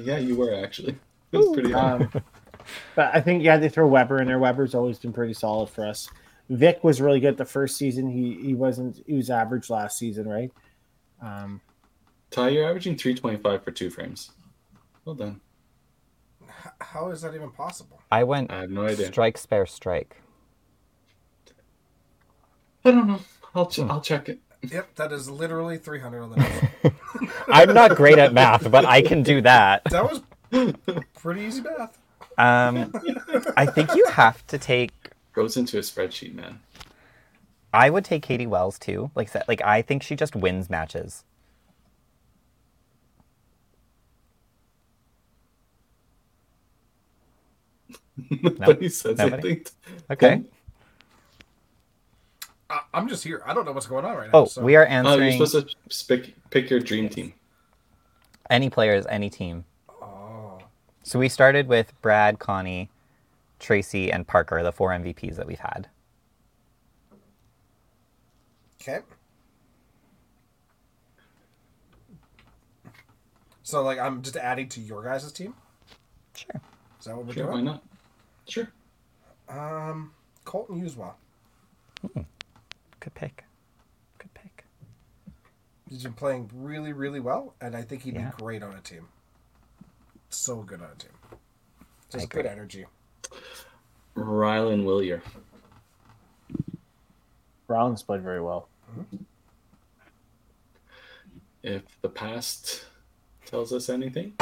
A: yeah, you were actually. It was pretty high.
C: Um, but I think yeah, they throw Weber in there. Weber's always been pretty solid for us. Vic was really good the first season. He he wasn't he was average last season, right? Um,
A: Ty, you're averaging 325 for two frames. Well done.
B: How is that even possible?
G: I went
A: I have no idea.
G: strike, spare, strike.
A: I don't know. I'll, ch-
C: Hmm.
A: I'll check it.
B: Yep, that is literally 300 on the nose.
G: I'm not great at math, but I can do that.
B: that was pretty easy math.
G: Um, I think you have to take.
A: Goes into a spreadsheet, man.
G: I would take Katie Wells too. Like, sa- like I think she just wins matches.
A: Nobody said
G: Nobody?
A: something.
G: Okay.
B: I, I'm just here. I don't know what's going on right now.
G: Oh,
B: so-
G: we are
A: Oh, you're
G: answering
A: supposed to pick, pick your dream team.
G: any players, any team.
B: Oh,
G: So we started with Brad, Connie, Tracy, and Parker, the four MVPs that we've had.
B: okay. So, like, I'm just adding to your guys' team?
G: Sure.
B: Is that what we're
A: Sure, why
B: doing?
A: not? Sure.
B: Um, Colton Uswa.
G: Good pick. Good pick.
B: He's been playing really, really well, and I think he'd
G: Yeah.
B: be great on a team. So good on a team. Just
G: agree.
B: good energy.
A: Rylan Willier.
C: Rollins played very well.
A: If the past tells us anything,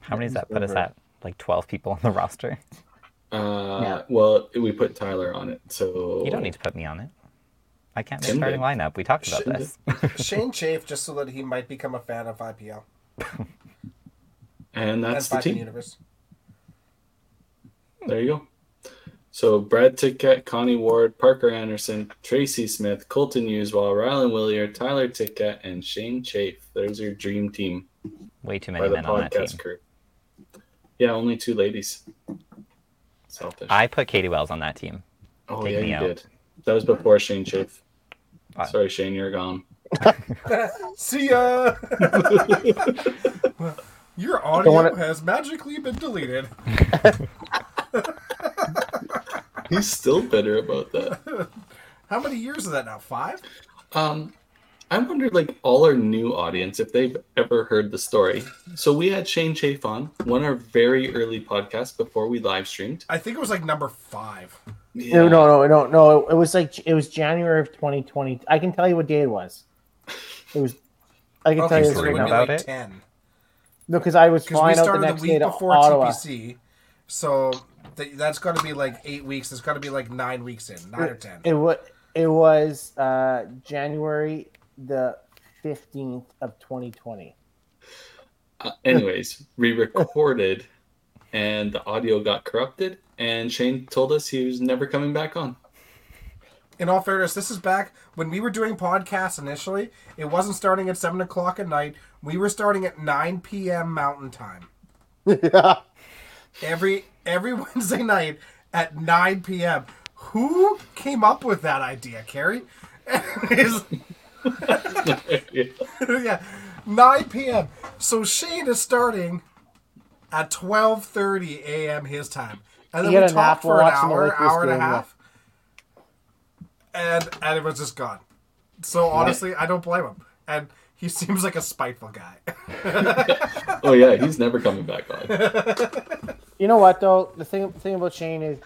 G: How many does that put us at? Like 12 people on the roster.
A: uh,
C: Yeah.
A: well, we put Tyler on it, so
G: You don't need to put me on it. I can't make
A: Tim
G: starting
A: did.
G: lineup. We talked about
B: Shouldn't
G: this.
B: Shane Chafe, just so that he might become a fan of IPL
A: And that's the
B: and 5
A: team.
B: Universe.
A: There you go. So Brad Tickett, Connie Ward, Parker Anderson, Tracy Smith, Colton Usewell, Rylan Willier, Tyler Tickett, and Shane Chafe. There's your dream team
G: Way too
A: by
G: many
A: the
G: men on that team.
A: podcast crew. Yeah, only two ladies. Selfish.
G: I put Katie Wells on that team.
A: oh
G: take
A: yeah,
G: me
A: you
G: out.
A: did. That was before Shane Chafe.
G: Fine.
A: Sorry, Shane, you're gone.
B: See ya. Your audio
C: wanna-
B: has magically been deleted.
A: He's still bitter about that.
B: How many years is that now? Five?
A: Um, I wonder, like all our new audience, if they've ever heard the story. So we had Shane Chafe on one of our very early podcasts before we live streamed.
B: I think it was like number five.
C: Oh, No, no, no, no, no. It was like it was January of 2020. I can tell you what day it was. It was. I can tell you
B: Okay,
C: this
B: so
G: story
B: it
C: right
G: now.
B: would be
C: now.
B: like
G: About it?
B: ten.
C: No, because I was
B: Because we
C: flying out the
B: started the,
C: next day
B: week
C: to
B: before
C: Ottawa.
B: TPC, so th- that's got to be like eight weeks. It's got to be like nine weeks in, nine or ten.
C: It was it was uh, January the 15th of 2020.
A: Uh, anyways, we recorded, and the audio got corrupted. And Shane told us he was never coming back on.
B: in all fairness, this is back when we were doing podcasts initially. It wasn't starting at seven o'clock at night. We were starting at nine p.m. Mountain Time every every Wednesday night at nine p.m. Who came up with that idea, Carrie? Is- yeah, nine p.m. So Shane is starting at twelve thirty a.m. his time, and then
C: He had
B: we
C: a nap
B: talked for an
C: watching the
B: hour,
C: Lakers
B: hour and a
C: game, yeah.
B: half, and and it was just gone. So honestly, I don't blame him, and he seems like a spiteful guy.
A: oh yeah, he's never coming back on.
C: You know what though? The thing thing about Shane is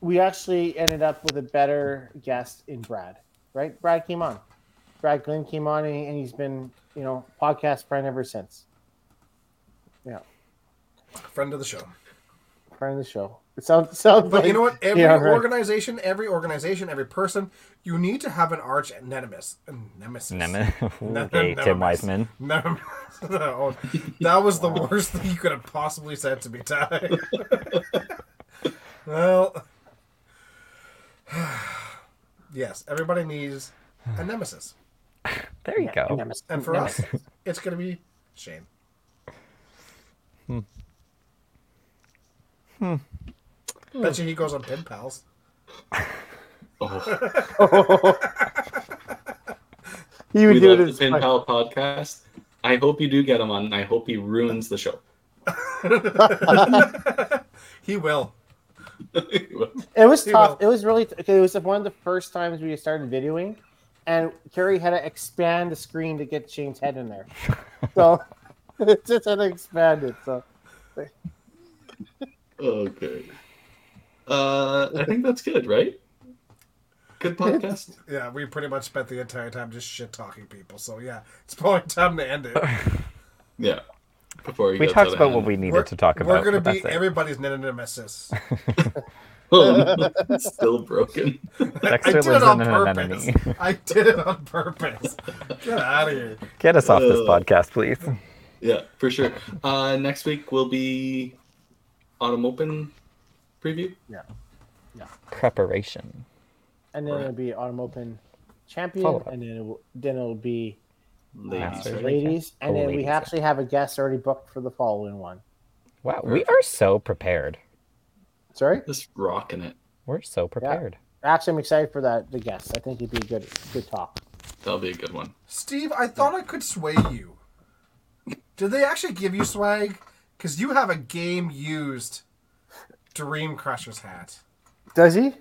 C: we actually ended up with a better guest in Brad. Right? Brad came on. Brad Glenn came on and, and he's been, you know, podcast friend ever since. Yeah.
B: Friend of the show.
C: Friend of the show. It sounds sounds
B: But
C: like,
B: you know what? Every
C: Yeah, right.
B: organization, every organization, every person, you need to have an arch nemesis. Nemesis.
G: Nemi-
B: No,
G: okay,
B: no,
G: Tim
B: no,
G: Wiseman.
B: Never. oh, that was the worst thing you could have possibly said to me, Ty. well, Yes, everybody needs a nemesis.
D: There you go.
C: Nemesis.
B: And for us, it's going to be Shane. Bet you he goes on Pin Pals.
A: Oh,
C: He would
A: we
C: do it
A: love the
C: as
A: Pin Pal podcast. I hope you do get him on. and I hope he ruins the show.
B: He will.
C: It was
B: He
C: tough.
B: will.
C: It was really. Okay, it was one of the first times we started videoing, and Carrie had to expand the screen to get Shane's head in there. So it just had to expand it. So
A: okay. Uh, I think that's good, right? Good podcast.
B: Yeah, we pretty much spent the entire time just shit talking people. So yeah, it's probably time to end it.
A: Yeah. Before he
D: We
A: gets out
D: talked
A: of
D: about
A: hand.
D: what we needed
B: We're-
D: to talk about.
B: We're going
D: but
B: to be
D: that's it.
B: everybody's nemesis.
A: Oh, no, it's still broken.
D: Dexter lives in an anemone.
B: I did it on purpose. Get out of here.
D: Get us off this
A: Ugh.
D: podcast, please.
A: Yeah, for sure. Uh, next week will be Autumn Open preview.
G: Preparation.
C: and then
A: Right.
C: it'll be autumn open champion,
G: Follow-up.
C: and then it will, then it'll be
A: Ladies,
C: uh,
A: right?
C: ladies, and
G: Oh,
C: then
G: ladies,
C: we
G: yeah.
C: actually have a guest already booked for the following one.
G: Wow, we are so prepared.
C: Sorry,
A: Just rocking it.
G: We're so prepared.
C: actually, I'm excited for that. The guest, I think he'd be a good good talk.
A: That'll be a good one.
B: Steve, I thought I could sway you. Did they actually give you swag? Because you have a game used Dream Crusher's hat.
C: Does he?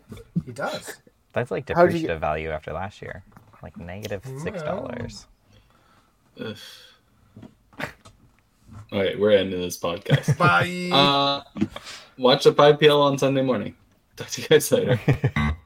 B: He does.
G: That's like
C: How'd you
G: depreciative value after last year. Like negative six
B: Mm.
G: dollars.
A: Ugh. All right, we're ending this podcast.
B: Bye.
A: Um, uh, watch the 5 PL on Sunday morning. Talk to you guys later.